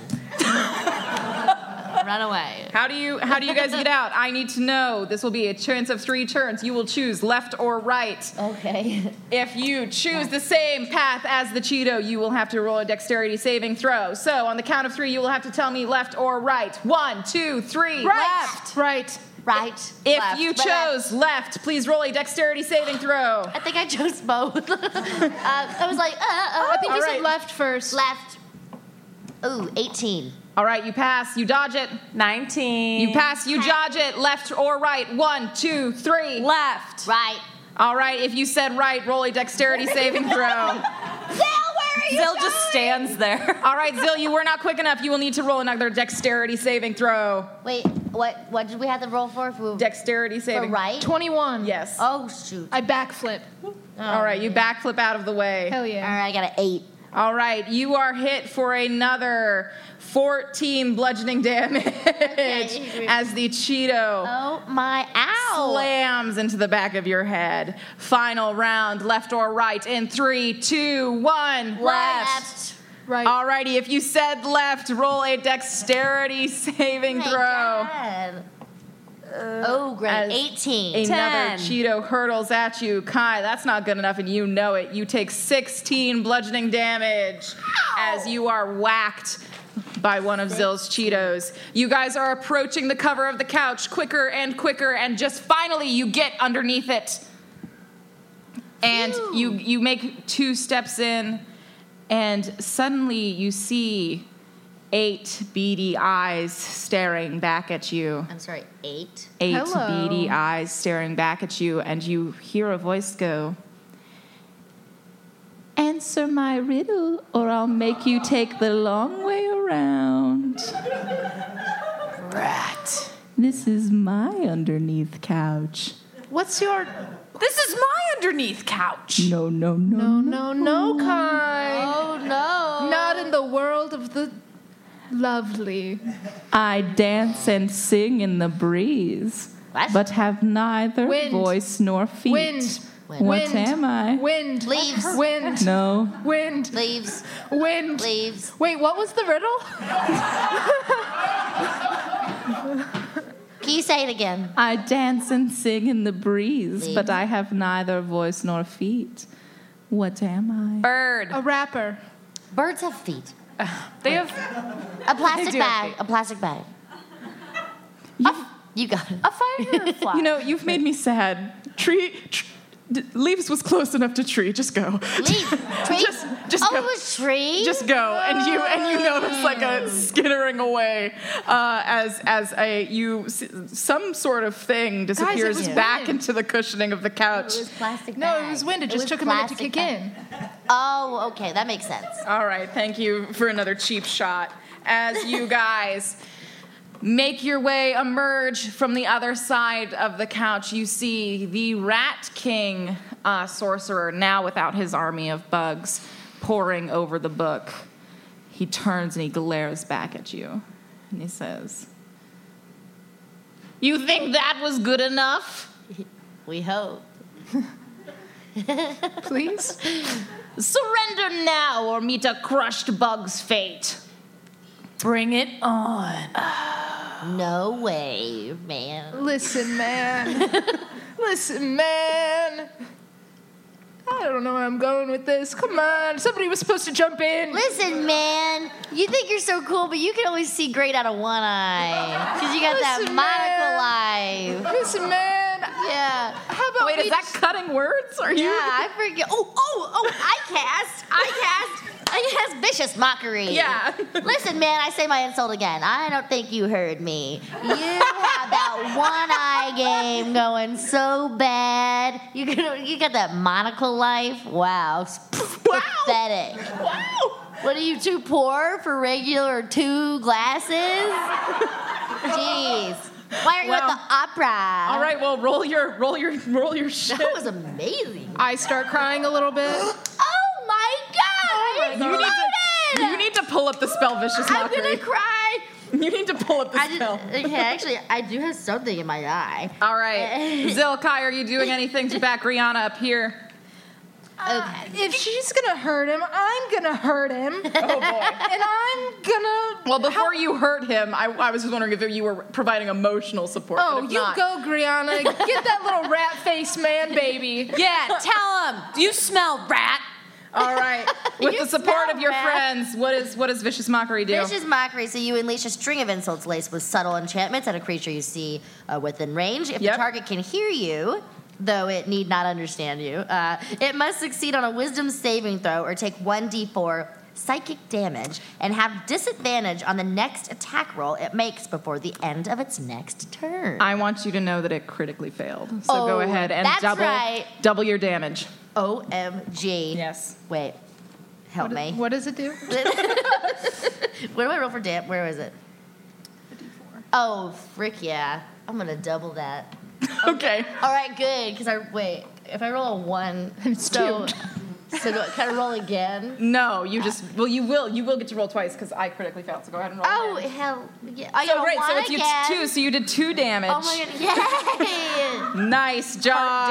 [SPEAKER 2] Run away.
[SPEAKER 1] How do you how do you guys get out? I need to know. This will be a chance of three turns. You will choose left or right.
[SPEAKER 2] Okay.
[SPEAKER 1] If you choose the same path as the Cheeto, you will have to roll a dexterity saving throw. So on the count of three, you will have to tell me left or right. One, two, three, left.
[SPEAKER 3] Right.
[SPEAKER 2] Right.
[SPEAKER 1] If
[SPEAKER 2] left,
[SPEAKER 1] you
[SPEAKER 2] left.
[SPEAKER 1] chose left, please roll a dexterity saving throw.
[SPEAKER 2] I think I chose both. uh, I was like, uh, uh, I think
[SPEAKER 3] I
[SPEAKER 2] you
[SPEAKER 3] said
[SPEAKER 2] said
[SPEAKER 3] left first.
[SPEAKER 2] left. Ooh, 18.
[SPEAKER 1] All right, you pass, you dodge it.
[SPEAKER 4] 19.
[SPEAKER 1] You pass, you dodge it. Left or right. One, two, three.
[SPEAKER 4] Left.
[SPEAKER 2] Right.
[SPEAKER 1] All right, if you said right, roll a dexterity saving throw.
[SPEAKER 2] Zell, where are you?
[SPEAKER 4] Zil just stands there.
[SPEAKER 1] All right, Zill, you were not quick enough. You will need to roll another dexterity saving throw.
[SPEAKER 2] Wait, what What did we have the roll for? If we were
[SPEAKER 1] Dexterity
[SPEAKER 2] for
[SPEAKER 1] saving.
[SPEAKER 2] right?
[SPEAKER 3] 21.
[SPEAKER 1] Yes.
[SPEAKER 2] Oh, shoot.
[SPEAKER 3] I backflip.
[SPEAKER 1] All right, you backflip out of the way.
[SPEAKER 3] Hell
[SPEAKER 2] All
[SPEAKER 3] yeah.
[SPEAKER 2] right, I got an 8.
[SPEAKER 1] All right, you are hit for another 14 bludgeoning damage
[SPEAKER 2] Okay.
[SPEAKER 1] as the Cheeto
[SPEAKER 2] Oh, my ow.
[SPEAKER 1] slams into the back of your head. Final round, left or right, in three, two, one.
[SPEAKER 2] Left.
[SPEAKER 3] Right.
[SPEAKER 1] Alrighty, if you said left, roll a dexterity saving
[SPEAKER 2] My
[SPEAKER 1] throw.
[SPEAKER 2] God. oh, great.
[SPEAKER 1] as
[SPEAKER 2] 18.
[SPEAKER 1] Another
[SPEAKER 4] Ten.
[SPEAKER 1] Cheeto hurtles at you. Kai, that's not good enough, and you know it. You take 16 bludgeoning damage as you are whacked by one of Zill's Cheetos. You guys are approaching the cover of the couch quicker and quicker, and just finally you get underneath it. And you you make two steps in, and suddenly you see eight beady eyes staring back at you
[SPEAKER 2] I'm sorry, 8.
[SPEAKER 1] eight
[SPEAKER 3] Hello.
[SPEAKER 1] beady eyes staring back at you, and you hear a voice go, Answer my riddle, or I'll make you take the long way around. Rat. This is my underneath couch.
[SPEAKER 3] What's your?
[SPEAKER 4] This is my underneath couch.
[SPEAKER 5] No, no, no.
[SPEAKER 3] No, no, Oh, no, Kai.
[SPEAKER 2] Oh, no.
[SPEAKER 3] Not in the world of the lovely.
[SPEAKER 5] I dance and sing in the breeze,
[SPEAKER 2] What?
[SPEAKER 5] but have neither
[SPEAKER 3] Wind.
[SPEAKER 5] voice nor feet.
[SPEAKER 3] Wind.
[SPEAKER 5] What
[SPEAKER 3] Wind.
[SPEAKER 5] am I?
[SPEAKER 3] Wind.
[SPEAKER 2] Leaves.
[SPEAKER 3] Wind.
[SPEAKER 5] No.
[SPEAKER 3] Wind.
[SPEAKER 2] Leaves.
[SPEAKER 3] Wind.
[SPEAKER 2] Leaves.
[SPEAKER 3] Wait, what was the riddle?
[SPEAKER 2] Can you say it again?
[SPEAKER 5] I dance and sing in the breeze,
[SPEAKER 2] Leaves.
[SPEAKER 5] but I have neither voice nor feet. What am I?
[SPEAKER 4] Bird.
[SPEAKER 3] A rapper.
[SPEAKER 2] Birds have feet.
[SPEAKER 4] They have
[SPEAKER 2] A plastic
[SPEAKER 4] do have
[SPEAKER 2] bag.
[SPEAKER 4] feet.
[SPEAKER 2] A plastic bag. You, got it.
[SPEAKER 4] a firefly.
[SPEAKER 5] You know, you've made me sad. Tree, tr-
[SPEAKER 1] D- leaves was close enough to tree. Just go.
[SPEAKER 2] Leaf, tree.
[SPEAKER 1] Just- just
[SPEAKER 2] oh,
[SPEAKER 1] go.
[SPEAKER 2] it was tree.
[SPEAKER 1] Just go, and you and you notice like a skittering away uh, as as a you s- some sort of thing disappears
[SPEAKER 3] was
[SPEAKER 1] back
[SPEAKER 3] wind.
[SPEAKER 1] into the cushioning of the couch.
[SPEAKER 2] It was plastic.
[SPEAKER 3] No, it
[SPEAKER 2] bag.
[SPEAKER 3] was wind. It just
[SPEAKER 2] was
[SPEAKER 3] took a minute to
[SPEAKER 2] plastic
[SPEAKER 3] kick
[SPEAKER 2] bag.
[SPEAKER 3] in.
[SPEAKER 2] Oh, okay, that makes sense.
[SPEAKER 1] All right, thank you for another cheap shot. As you guys make your way, emerge from the other side of the couch, you see the Rat King uh, sorcerer, now without his army of bugs, poring over the book. He turns and he glares back at you and he says, You think that was good enough?
[SPEAKER 2] We hope.
[SPEAKER 3] Please?
[SPEAKER 1] Surrender now or meet a crushed bug's fate. Bring it on.
[SPEAKER 2] No way, man.
[SPEAKER 3] Listen, man. Listen, man. I don't know where I'm going with this. Come on. Somebody was supposed to jump in.
[SPEAKER 2] Listen, man, you think you're so cool, but you can only see great out of one eye because you got
[SPEAKER 3] Listen,
[SPEAKER 2] that monocle eye.
[SPEAKER 3] Listen, man.
[SPEAKER 2] Yeah.
[SPEAKER 3] How about
[SPEAKER 1] Wait,
[SPEAKER 3] we
[SPEAKER 1] is that cutting words? Are you?
[SPEAKER 2] Yeah, I forget. Oh, oh, oh! I cast, I cast, I cast vicious mockery.
[SPEAKER 1] Yeah.
[SPEAKER 2] Listen, man, I say my insult again. I don't think you heard me. You have that one eye game going so bad. You can, you got that monocle life. Wow, it's pathetic.
[SPEAKER 1] Wow.
[SPEAKER 2] What are you too poor for regular two glasses? Jeez, why aren't you at
[SPEAKER 1] Well,
[SPEAKER 2] the opera?
[SPEAKER 1] All right. Well, roll your roll your roll your shit.
[SPEAKER 2] that was amazing.
[SPEAKER 3] I start crying a little bit?
[SPEAKER 2] Oh my god!
[SPEAKER 1] Oh you, need to, you need to pull up the spell vicious
[SPEAKER 2] I'm
[SPEAKER 1] mockery.
[SPEAKER 2] gonna cry.
[SPEAKER 1] You need to pull up the
[SPEAKER 2] I did,
[SPEAKER 1] spell.
[SPEAKER 2] okay, actually, I do have something in my eye.
[SPEAKER 1] All right, Zilkai, are you doing anything to back Rihanna up here?
[SPEAKER 2] Okay.
[SPEAKER 3] If she's gonna hurt him, I'm gonna hurt him.
[SPEAKER 1] Oh boy.
[SPEAKER 3] And I'm gonna.
[SPEAKER 1] Well, before you hurt him, I, I was just wondering if you were providing emotional support. but
[SPEAKER 3] Oh,
[SPEAKER 1] if
[SPEAKER 3] you
[SPEAKER 1] not-
[SPEAKER 3] go, Griana. Get that little rat face man, baby.
[SPEAKER 4] Yeah, tell him. You smell rat.
[SPEAKER 1] All right, with the support
[SPEAKER 2] smell
[SPEAKER 1] of your
[SPEAKER 2] bad.
[SPEAKER 1] friends, what is what does vicious mockery do?
[SPEAKER 2] Vicious mockery. So you unleash a string of insults laced with subtle enchantments at a creature you see uh, within range. If
[SPEAKER 1] Yep.
[SPEAKER 2] the target can hear you, though it need not understand you, uh, it must succeed on a wisdom saving throw or take 1d4 psychic damage and have disadvantage on the next attack roll it makes before the end of its next turn.
[SPEAKER 1] I want you to know that it critically failed. So go
[SPEAKER 2] Oh,
[SPEAKER 1] ahead and
[SPEAKER 2] that's
[SPEAKER 1] double
[SPEAKER 2] right.
[SPEAKER 1] double your damage.
[SPEAKER 2] OMG.
[SPEAKER 1] Yes.
[SPEAKER 2] Wait. Help me.
[SPEAKER 3] What does it do?
[SPEAKER 2] Where do I roll for damp? Where was it? Oh, frick yeah. I'm gonna double that.
[SPEAKER 1] Okay.
[SPEAKER 2] All right, good. Because I wait. If I roll a one, so so do I, can I roll again?
[SPEAKER 1] No, you just well, you will you will get to roll twice because I critically failed. So go ahead and roll.
[SPEAKER 2] Oh
[SPEAKER 1] again.
[SPEAKER 2] hell! Yeah. I
[SPEAKER 1] so
[SPEAKER 2] got a
[SPEAKER 1] great. So
[SPEAKER 2] one
[SPEAKER 1] it's you
[SPEAKER 2] again.
[SPEAKER 1] two. So you did two damage.
[SPEAKER 2] Oh my god! Yay!
[SPEAKER 1] Nice job.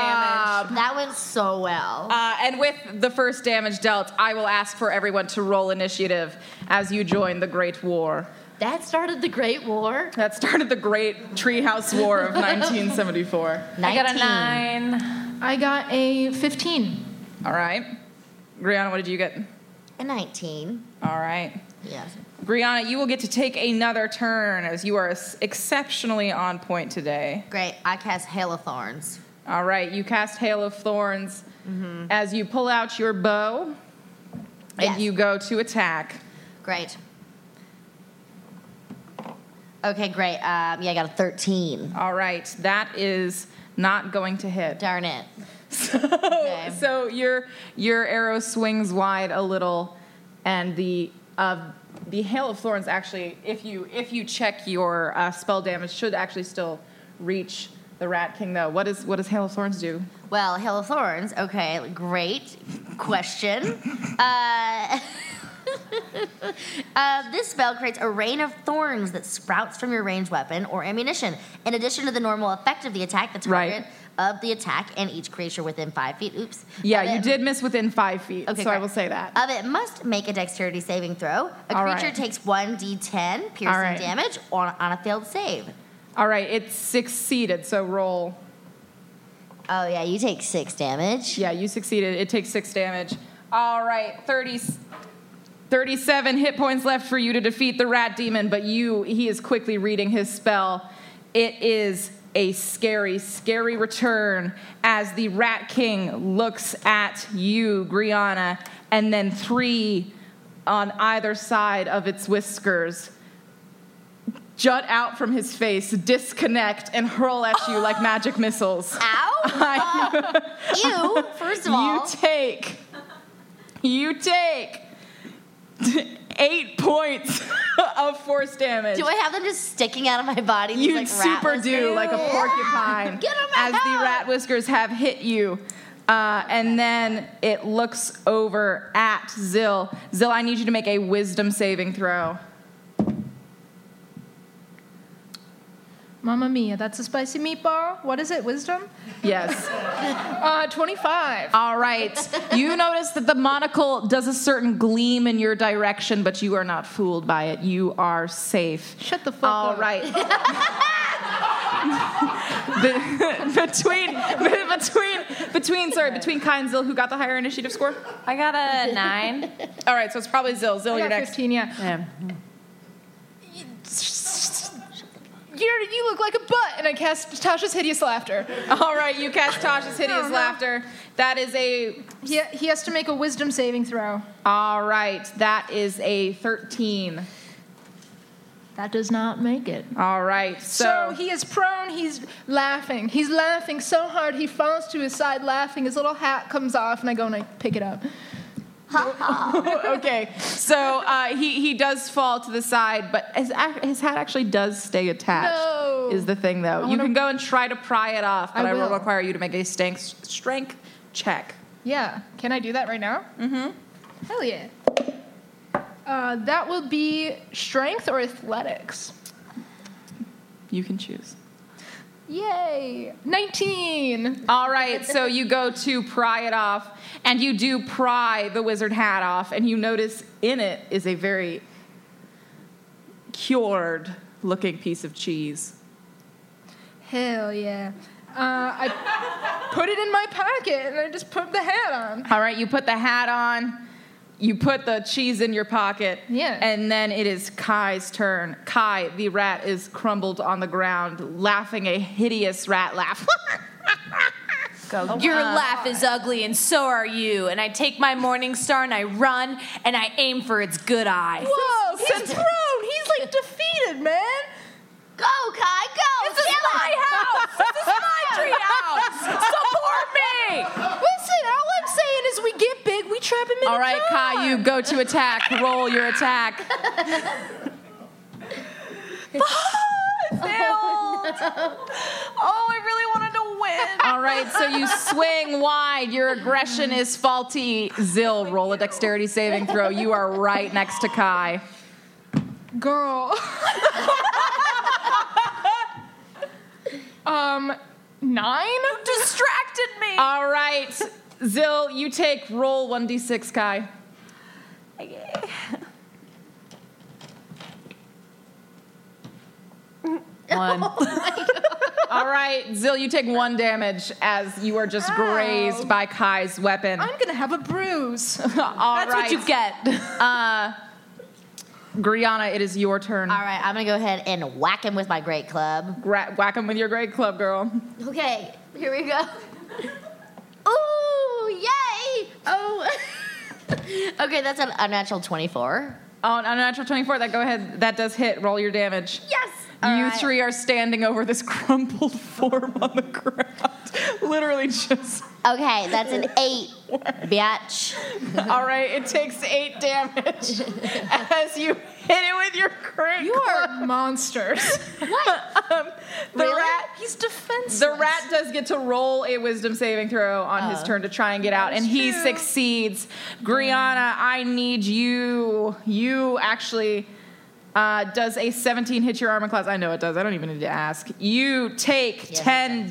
[SPEAKER 4] damage.
[SPEAKER 2] that went so well.
[SPEAKER 1] Uh, and with the first damage dealt, I will ask for everyone to roll initiative as you join the Great War
[SPEAKER 2] that started the Great War.
[SPEAKER 1] that started the Great Treehouse War of 1974.
[SPEAKER 4] I got a
[SPEAKER 2] 19.
[SPEAKER 4] nine.
[SPEAKER 3] I got a 15.
[SPEAKER 1] All right, Brianna, what did you get?
[SPEAKER 2] A nineteen.
[SPEAKER 1] All right.
[SPEAKER 2] Yes.
[SPEAKER 1] Brianna, you will get to take another turn as you are s- exceptionally on point today.
[SPEAKER 2] Great. I cast Hail of Thorns.
[SPEAKER 1] All right, you cast Hail of Thorns as you pull out your bow
[SPEAKER 2] Mm-hmm. Yes.
[SPEAKER 1] and you go to attack.
[SPEAKER 2] Great. Okay, great. Um, yeah, I got a thirteen.
[SPEAKER 1] All right, that is not going to hit.
[SPEAKER 2] Darn it.
[SPEAKER 1] So, so your your arrow swings wide a little, and the uh, the Hail of Thorns actually, if you if you check your uh, spell damage, should actually still reach the Rat King though. What is what does Hail of Thorns do?
[SPEAKER 2] Well, Hill of Thorns. Okay, great question. uh, uh, this spell creates a rain of thorns that sprouts from your ranged weapon or ammunition. In addition to the normal effect of the attack, the target
[SPEAKER 1] Right.
[SPEAKER 2] of the attack and each creature within five feet. Oops.
[SPEAKER 1] Yeah,
[SPEAKER 2] of
[SPEAKER 1] you
[SPEAKER 2] it-
[SPEAKER 1] did miss within five feet,
[SPEAKER 2] Okay,
[SPEAKER 1] so I
[SPEAKER 2] great.
[SPEAKER 1] will say that.
[SPEAKER 2] Of it must make a dexterity saving throw. A
[SPEAKER 1] All
[SPEAKER 2] creature
[SPEAKER 1] right.
[SPEAKER 2] takes 1d10 piercing
[SPEAKER 1] All right.
[SPEAKER 2] damage on, on a failed save.
[SPEAKER 1] All right, it's succeeded, so roll.
[SPEAKER 2] Oh, yeah, you take six damage.
[SPEAKER 1] Yeah, you succeeded. It takes six damage. All right, 30, 37 hit points left for you to defeat the rat demon, but you he is quickly reading his spell. It is a scary, scary return as the Rat King looks at you, Griana, and then three on either side of its whiskers jut out from his face, disconnect, and hurl at you like magic missiles.
[SPEAKER 2] Ow!
[SPEAKER 1] I know.
[SPEAKER 2] Ew! First of all,
[SPEAKER 1] You take. You take. Eight points of force damage.
[SPEAKER 2] do I have them just sticking out of my body? these,
[SPEAKER 1] you
[SPEAKER 2] like, rat
[SPEAKER 1] super do
[SPEAKER 2] whiskers?
[SPEAKER 1] like a porcupine
[SPEAKER 2] Get 'em
[SPEAKER 1] as
[SPEAKER 2] out.
[SPEAKER 1] the rat whiskers have hit you. Uh, and then it looks over at Zill. Zill, I need you to make a wisdom saving throw.
[SPEAKER 3] Mamma mia, that's a spicy meatball. What is it? Wisdom?
[SPEAKER 1] Yes.
[SPEAKER 3] Uh, 25.
[SPEAKER 1] All right. You notice that the monocle does a certain gleam in your direction, but you are not fooled by it. You are safe.
[SPEAKER 3] Shut the fuck
[SPEAKER 1] All
[SPEAKER 3] up.
[SPEAKER 1] right. Be- between between between sorry between Kai and Zill, who got the higher initiative score?
[SPEAKER 4] I got a nine.
[SPEAKER 1] All right, so it's probably Zill. Zill,
[SPEAKER 3] I
[SPEAKER 1] you're
[SPEAKER 3] got
[SPEAKER 1] next.
[SPEAKER 3] 15, Oh, yeah. You're, you look like a butt, and I cast Tasha's hideous laughter.
[SPEAKER 1] All right, you cast Tasha's hideous
[SPEAKER 3] Oh, no.
[SPEAKER 1] laughter. That is a
[SPEAKER 3] He, he has to make a wisdom saving throw.
[SPEAKER 1] all right. That is a thirteen.
[SPEAKER 3] That does not make it.
[SPEAKER 1] All right,
[SPEAKER 3] So, he is prone, he's laughing. He's laughing so hard he falls to his side laughing. His little hat comes off, and I go and I pick it up.
[SPEAKER 1] okay, so uh, he he does fall to the side, but his ac- his hat actually does stay attached.
[SPEAKER 3] No.
[SPEAKER 1] Is the thing though? you
[SPEAKER 3] wanna-
[SPEAKER 1] can go and try to pry it off, but
[SPEAKER 3] I
[SPEAKER 1] I, will
[SPEAKER 3] will.
[SPEAKER 1] require you to make a strength strength check.
[SPEAKER 3] Yeah. Can I do that right now? Mm-hmm. Hell yeah. Uh, that will be strength or athletics.
[SPEAKER 1] You can choose.
[SPEAKER 3] Yay! 19!
[SPEAKER 1] All right, so you go to pry it off, and you do pry the wizard hat off, and you notice in it is a very cured looking piece of cheese.
[SPEAKER 3] Hell yeah. Uh, I put it in my pocket and I just put the hat on.
[SPEAKER 1] All right, you put the hat on, you put the cheese in your pocket,
[SPEAKER 3] Yeah.
[SPEAKER 1] and then it is Kai's turn. Kai, the rat, is crumbled on the ground, laughing a hideous rat laugh.
[SPEAKER 4] Your laugh is ugly, and so are you. And I take my morning star and I run and I aim for its good eye.
[SPEAKER 3] Whoa, he's prone! He's like defeated, man!
[SPEAKER 2] Go, Kai, go!
[SPEAKER 4] This is
[SPEAKER 2] kill
[SPEAKER 4] my
[SPEAKER 2] him.
[SPEAKER 4] house. This is my treehouse. Support me.
[SPEAKER 3] Listen, all I'm saying is we get big, we trap him in
[SPEAKER 1] All
[SPEAKER 3] a
[SPEAKER 1] right,
[SPEAKER 3] jar.
[SPEAKER 1] Kai, you go to attack. Roll your attack.
[SPEAKER 4] Oh, I really wanted to win.
[SPEAKER 1] All right, so you swing wide. Your aggression is faulty. Zill, roll a dexterity saving throw. You are right next to Kai.
[SPEAKER 3] Girl. um, nine? Uh,
[SPEAKER 4] Distracted me.
[SPEAKER 1] All right, Zill, you take roll 1d6, Kai.
[SPEAKER 3] Oh
[SPEAKER 4] One.
[SPEAKER 1] All right, Zill, you take one damage as you are just
[SPEAKER 3] Ow.
[SPEAKER 1] grazed by Kai's weapon. All
[SPEAKER 3] I'm gonna have a bruise.
[SPEAKER 1] right,
[SPEAKER 4] That's what you get.
[SPEAKER 1] Griana, it is your turn.
[SPEAKER 2] All right, I'm gonna go ahead and whack him with my great club.
[SPEAKER 1] Gra- whack him with your great club, girl.
[SPEAKER 2] Okay, here we go. Ooh, yay! Oh, okay, that's an unnatural 24.
[SPEAKER 1] Oh, On, on a natural 24, that go ahead, that does hit. Roll your damage.
[SPEAKER 2] Yes.
[SPEAKER 1] you three are standing over this crumpled form on the ground. Literally just.
[SPEAKER 2] Okay, that's an eight, bitch.
[SPEAKER 1] All right, it takes eight damage as you hit it with your great
[SPEAKER 3] You are monsters.
[SPEAKER 1] Um, the rat
[SPEAKER 3] He's defensive.
[SPEAKER 1] The rat does get to roll a wisdom saving throw on his turn to try and get out, and he
[SPEAKER 3] Uh, true.
[SPEAKER 1] succeeds. Griana, I need you. You actually uh, does a 17 hit your armor class? I know it does. I don't even need to ask. You take
[SPEAKER 2] Yes, it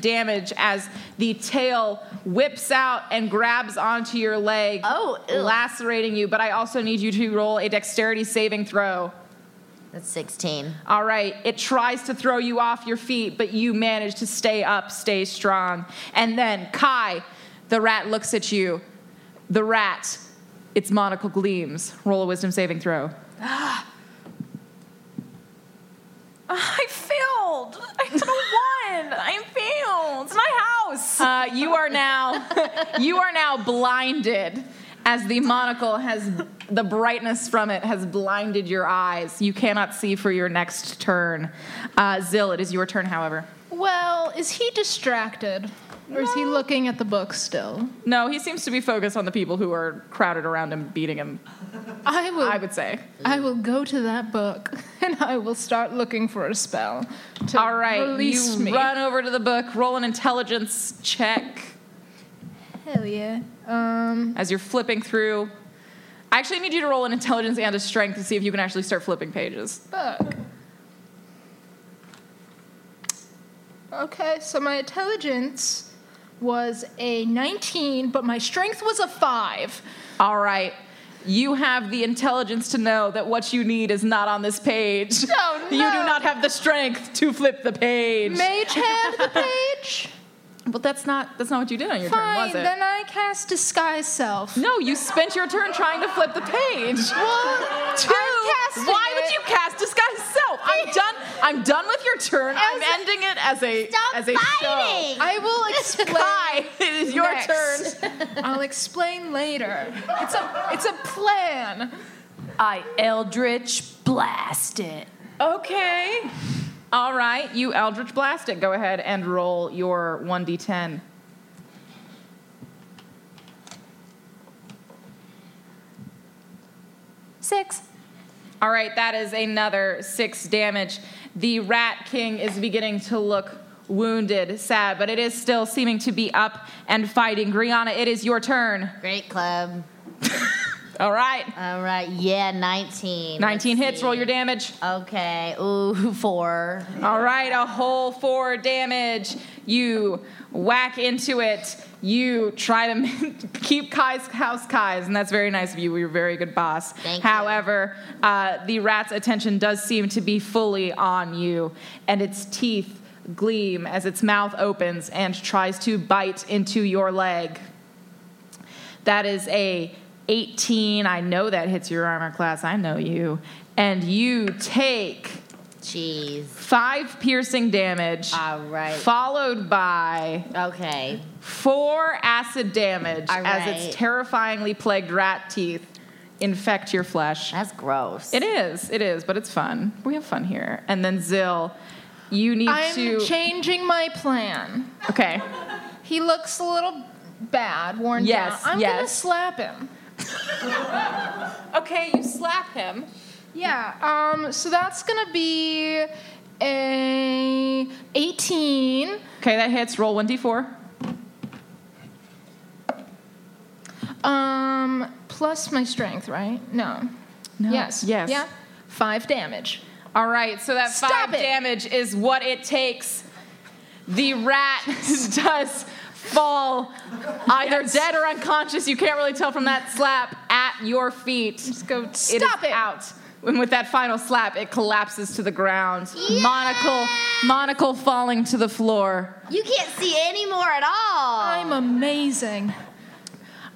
[SPEAKER 1] 10 damage as the tail whips out and grabs onto your leg,
[SPEAKER 2] Oh, ew.
[SPEAKER 1] lacerating you. But I also need you to roll a dexterity saving throw.
[SPEAKER 2] That's 16.
[SPEAKER 1] All right, it tries to throw you off your feet, but you manage to stay up, stay strong. And then Kai, the rat looks at you. The rat, its monocle gleams. Roll a wisdom saving throw.
[SPEAKER 4] I failed. I done. I failed. It's my house.
[SPEAKER 1] Uh, you are now you are now blinded as the monocle has the brightness from it has blinded your eyes. You cannot see for your next turn. Uh, Zill, it is your turn. However,
[SPEAKER 3] Well, is he distracted? Or is he looking at the book still?
[SPEAKER 1] no, he seems to be focused on the people who are crowded around him, beating him.
[SPEAKER 3] I will
[SPEAKER 1] I would say.
[SPEAKER 3] I will go to that book and I will start looking for a spell. To
[SPEAKER 1] All right,
[SPEAKER 3] release
[SPEAKER 1] you
[SPEAKER 3] me.
[SPEAKER 1] run over to the book. Roll an intelligence check.
[SPEAKER 3] Hell yeah. Um,
[SPEAKER 1] as you're flipping through. I actually need you to roll an intelligence and a strength to see if you can actually start flipping pages.
[SPEAKER 3] book. Okay, so my intelligence was a 19, but my strength was a 5.
[SPEAKER 1] All right. You have the intelligence to know that what you need is not on this page.
[SPEAKER 3] No,
[SPEAKER 1] You do
[SPEAKER 3] no.
[SPEAKER 1] not have the strength to flip the page.
[SPEAKER 3] Mage hand the page?
[SPEAKER 1] But that's not that's not what you did on your turn,
[SPEAKER 3] Fine,
[SPEAKER 1] was it?
[SPEAKER 3] then I cast disguise self.
[SPEAKER 1] no, you spent your turn trying to flip the page.
[SPEAKER 3] Well,
[SPEAKER 1] Two,
[SPEAKER 3] I'm casting
[SPEAKER 1] why would
[SPEAKER 3] it.
[SPEAKER 1] you cast disguise self? I'm done. I'm done with your turn. I'm ending it as a
[SPEAKER 2] Stop
[SPEAKER 1] as a
[SPEAKER 2] fighting!
[SPEAKER 3] I will explain.
[SPEAKER 1] show. Kai, it is your
[SPEAKER 3] Next.
[SPEAKER 1] turn.
[SPEAKER 3] I'll explain later. It's a it's a plan.
[SPEAKER 4] I Eldritch blast it.
[SPEAKER 1] Okay. All right, you Eldritch Blast it. Go ahead and roll your 1d10.
[SPEAKER 4] Six.
[SPEAKER 1] All right, that is another six damage. The Rat King is beginning to look wounded, sad, but it is still seeming to be up and fighting. Griana, it is your turn.
[SPEAKER 2] Great club.
[SPEAKER 1] All right,
[SPEAKER 2] All right. Yeah, 19.
[SPEAKER 1] 19
[SPEAKER 2] Let's
[SPEAKER 1] hits,
[SPEAKER 2] see.
[SPEAKER 1] roll your damage.
[SPEAKER 2] Okay. Ooh, four.
[SPEAKER 1] All right, a whole four damage. You whack into it. You try to keep Kai's house Kai's, and that's very nice of you. You're a very good boss.
[SPEAKER 2] Thank you.
[SPEAKER 1] However, uh, the rat's attention does seem to be fully on you, and its teeth gleam as its mouth opens and tries to bite into your leg. That is a 18. I know that hits your armor class. I know you. And you take
[SPEAKER 2] Jeez.
[SPEAKER 1] five piercing damage.
[SPEAKER 2] All right.
[SPEAKER 1] Followed by
[SPEAKER 2] Okay.
[SPEAKER 1] four acid damage
[SPEAKER 2] All
[SPEAKER 1] as
[SPEAKER 2] right.
[SPEAKER 1] its terrifyingly plagued rat teeth infect your flesh.
[SPEAKER 2] That's gross.
[SPEAKER 1] It is, it is, but it's fun. We have fun here. And then Zill, you need
[SPEAKER 3] I'm
[SPEAKER 1] to.
[SPEAKER 3] changing my plan.
[SPEAKER 1] okay.
[SPEAKER 3] He looks a little bad, worn
[SPEAKER 1] Yes,
[SPEAKER 3] down. I'm gonna
[SPEAKER 1] yes.
[SPEAKER 3] slap him.
[SPEAKER 1] Okay, you slap him.
[SPEAKER 3] Yeah. Um. So that's gonna be a 18.
[SPEAKER 1] Okay, that hits. Roll 1d4.
[SPEAKER 3] Um. Plus my strength, right? No.
[SPEAKER 1] No.
[SPEAKER 3] Yes.
[SPEAKER 1] Yes.
[SPEAKER 3] Yeah. Five damage.
[SPEAKER 1] All right, so that
[SPEAKER 3] Stop
[SPEAKER 1] five
[SPEAKER 3] it.
[SPEAKER 1] damage is what it takes. The rat does fall either dead or unconscious. You can't really tell from that slap at your feet.
[SPEAKER 3] Just go.
[SPEAKER 1] It is
[SPEAKER 3] Stop it.
[SPEAKER 1] out. And with that final slap, it collapses to the ground. Monocle, monocle falling to the floor.
[SPEAKER 2] You can't see any more at all.
[SPEAKER 3] I'm amazing.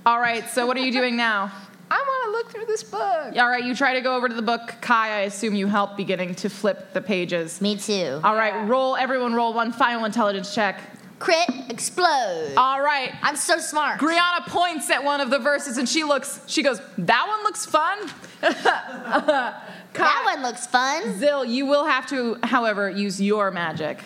[SPEAKER 1] All right, so what are you doing now?
[SPEAKER 3] I want to look through this book.
[SPEAKER 1] All right, you try to go over to the book. Kai, I assume you help beginning to flip the pages.
[SPEAKER 2] Me too.
[SPEAKER 1] All right, roll, everyone roll one final intelligence check.
[SPEAKER 2] Crit, explode.
[SPEAKER 1] All right,
[SPEAKER 2] I'm so smart.
[SPEAKER 1] Brianna points at one of the verses and she looks, she goes, that one looks fun.
[SPEAKER 2] that one looks fun.
[SPEAKER 1] Zill, you will have to, however, use your magic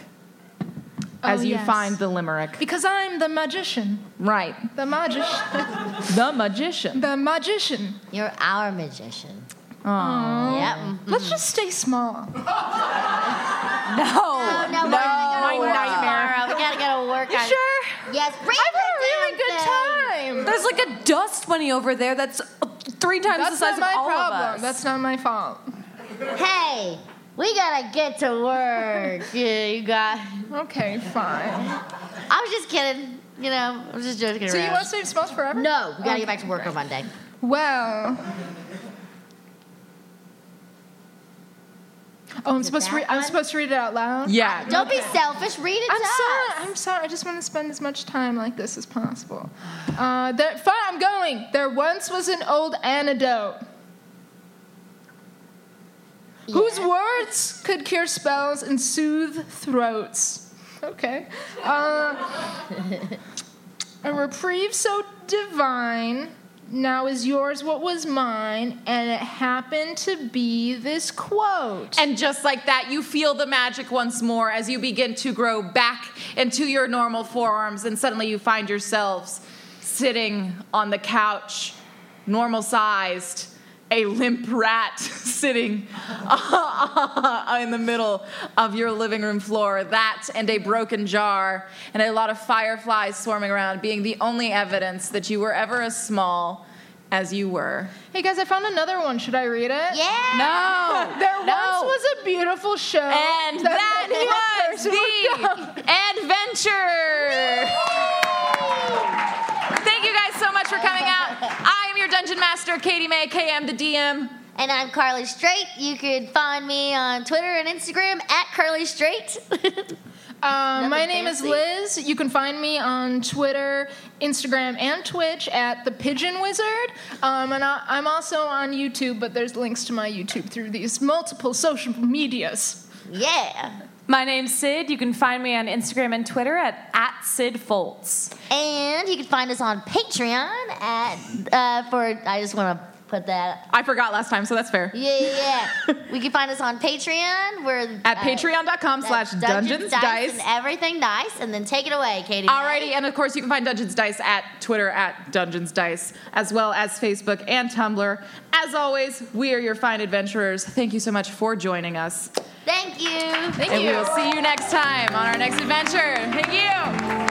[SPEAKER 1] as
[SPEAKER 3] Oh,
[SPEAKER 1] you
[SPEAKER 3] yes.
[SPEAKER 1] find the limerick.
[SPEAKER 3] Because I'm the magician.
[SPEAKER 1] Right.
[SPEAKER 3] The magician.
[SPEAKER 1] The magician.
[SPEAKER 3] the magician.
[SPEAKER 2] You're our magician. Yep.
[SPEAKER 3] Let's
[SPEAKER 1] Mm-hmm.
[SPEAKER 3] just stay small.
[SPEAKER 2] Oh, no,
[SPEAKER 1] No,
[SPEAKER 2] my
[SPEAKER 1] my nightmare.
[SPEAKER 2] We gotta go to work on
[SPEAKER 4] Sure.
[SPEAKER 2] Yes, bring
[SPEAKER 3] I've
[SPEAKER 2] the
[SPEAKER 3] had a really
[SPEAKER 2] damn
[SPEAKER 3] good
[SPEAKER 2] thing.
[SPEAKER 3] time.
[SPEAKER 4] There's like a dust bunny over there that's uh, three times the
[SPEAKER 3] That's
[SPEAKER 4] size
[SPEAKER 3] not my
[SPEAKER 4] of all of us.
[SPEAKER 3] problem. That's not my fault.
[SPEAKER 2] Hey, we gotta get to work. yeah, you got.
[SPEAKER 3] Okay, fine.
[SPEAKER 2] I was just kidding. You know, I was just joking
[SPEAKER 3] So you
[SPEAKER 2] around.
[SPEAKER 3] want to stay small forever?
[SPEAKER 2] no, we gotta get back to work on Monday.
[SPEAKER 3] Well. Oh, I'm
[SPEAKER 2] it
[SPEAKER 3] supposed to
[SPEAKER 2] that
[SPEAKER 3] read. I'm
[SPEAKER 2] one?
[SPEAKER 3] supposed to read it out loud.
[SPEAKER 1] Yeah.
[SPEAKER 2] Don't be selfish. Read it
[SPEAKER 3] I'm
[SPEAKER 2] to
[SPEAKER 3] sorry.
[SPEAKER 2] us.
[SPEAKER 3] I'm sorry. I just want to spend as much time like this as possible. Uh, there, fine. I'm going. There once was an old antidote. Whose words could cure spells and soothe throats? Okay. Uh, a reprieve so divine. Now is yours what was mine, and it happened to be this quote.
[SPEAKER 1] And just like that, you feel the magic once more as you begin to grow back into your normal forearms, and suddenly you find yourselves sitting on the couch, normal sized, a limp rat sitting uh, in the middle of your living room floor. That and a broken jar, and a lot of fireflies swarming around, being the only evidence that you were ever as small as you were.
[SPEAKER 3] Hey guys, I found another one. Should I read it?
[SPEAKER 2] Yeah.
[SPEAKER 1] No!
[SPEAKER 3] There once was a beautiful show.
[SPEAKER 1] And that,
[SPEAKER 3] many a
[SPEAKER 1] was
[SPEAKER 3] person would go.
[SPEAKER 1] the adventure. Thank you guys so much for coming out. I am your dungeon master, Katie May, KM the DM.
[SPEAKER 2] And I'm Carly Straight. You can find me on Twitter and Instagram at Carly Straight.
[SPEAKER 3] Uh, my
[SPEAKER 2] Nothing
[SPEAKER 3] name is
[SPEAKER 2] fancy.
[SPEAKER 3] Liz. You can find me on Twitter, Instagram, and Twitch at the Pigeon Wizard. Um, and I, I'm also on YouTube, but there's links to my YouTube through these multiple social medias.
[SPEAKER 2] yeah.
[SPEAKER 4] My name's Sid. You can find me on Instagram and Twitter at, at Sid Foltz.
[SPEAKER 2] And you can find us on Patreon at uh, for I just want to put that.
[SPEAKER 1] I forgot last time, so that's fair.
[SPEAKER 2] Yeah, yeah. yeah. we can find us on Patreon. We're
[SPEAKER 1] At
[SPEAKER 2] uh,
[SPEAKER 1] patreon.com
[SPEAKER 2] that's
[SPEAKER 1] slash dungeons dice.
[SPEAKER 2] and everything dice. And then take it away, Katie.
[SPEAKER 1] Alrighty, and of course you can find Dungeons Dice at Twitter at Dungeons Dice, as well as Facebook and Tumblr. As always, we are your fine adventurers. Thank you so much for joining us.
[SPEAKER 2] Thank you.
[SPEAKER 1] and we will see you next time on our next adventure. Thank you.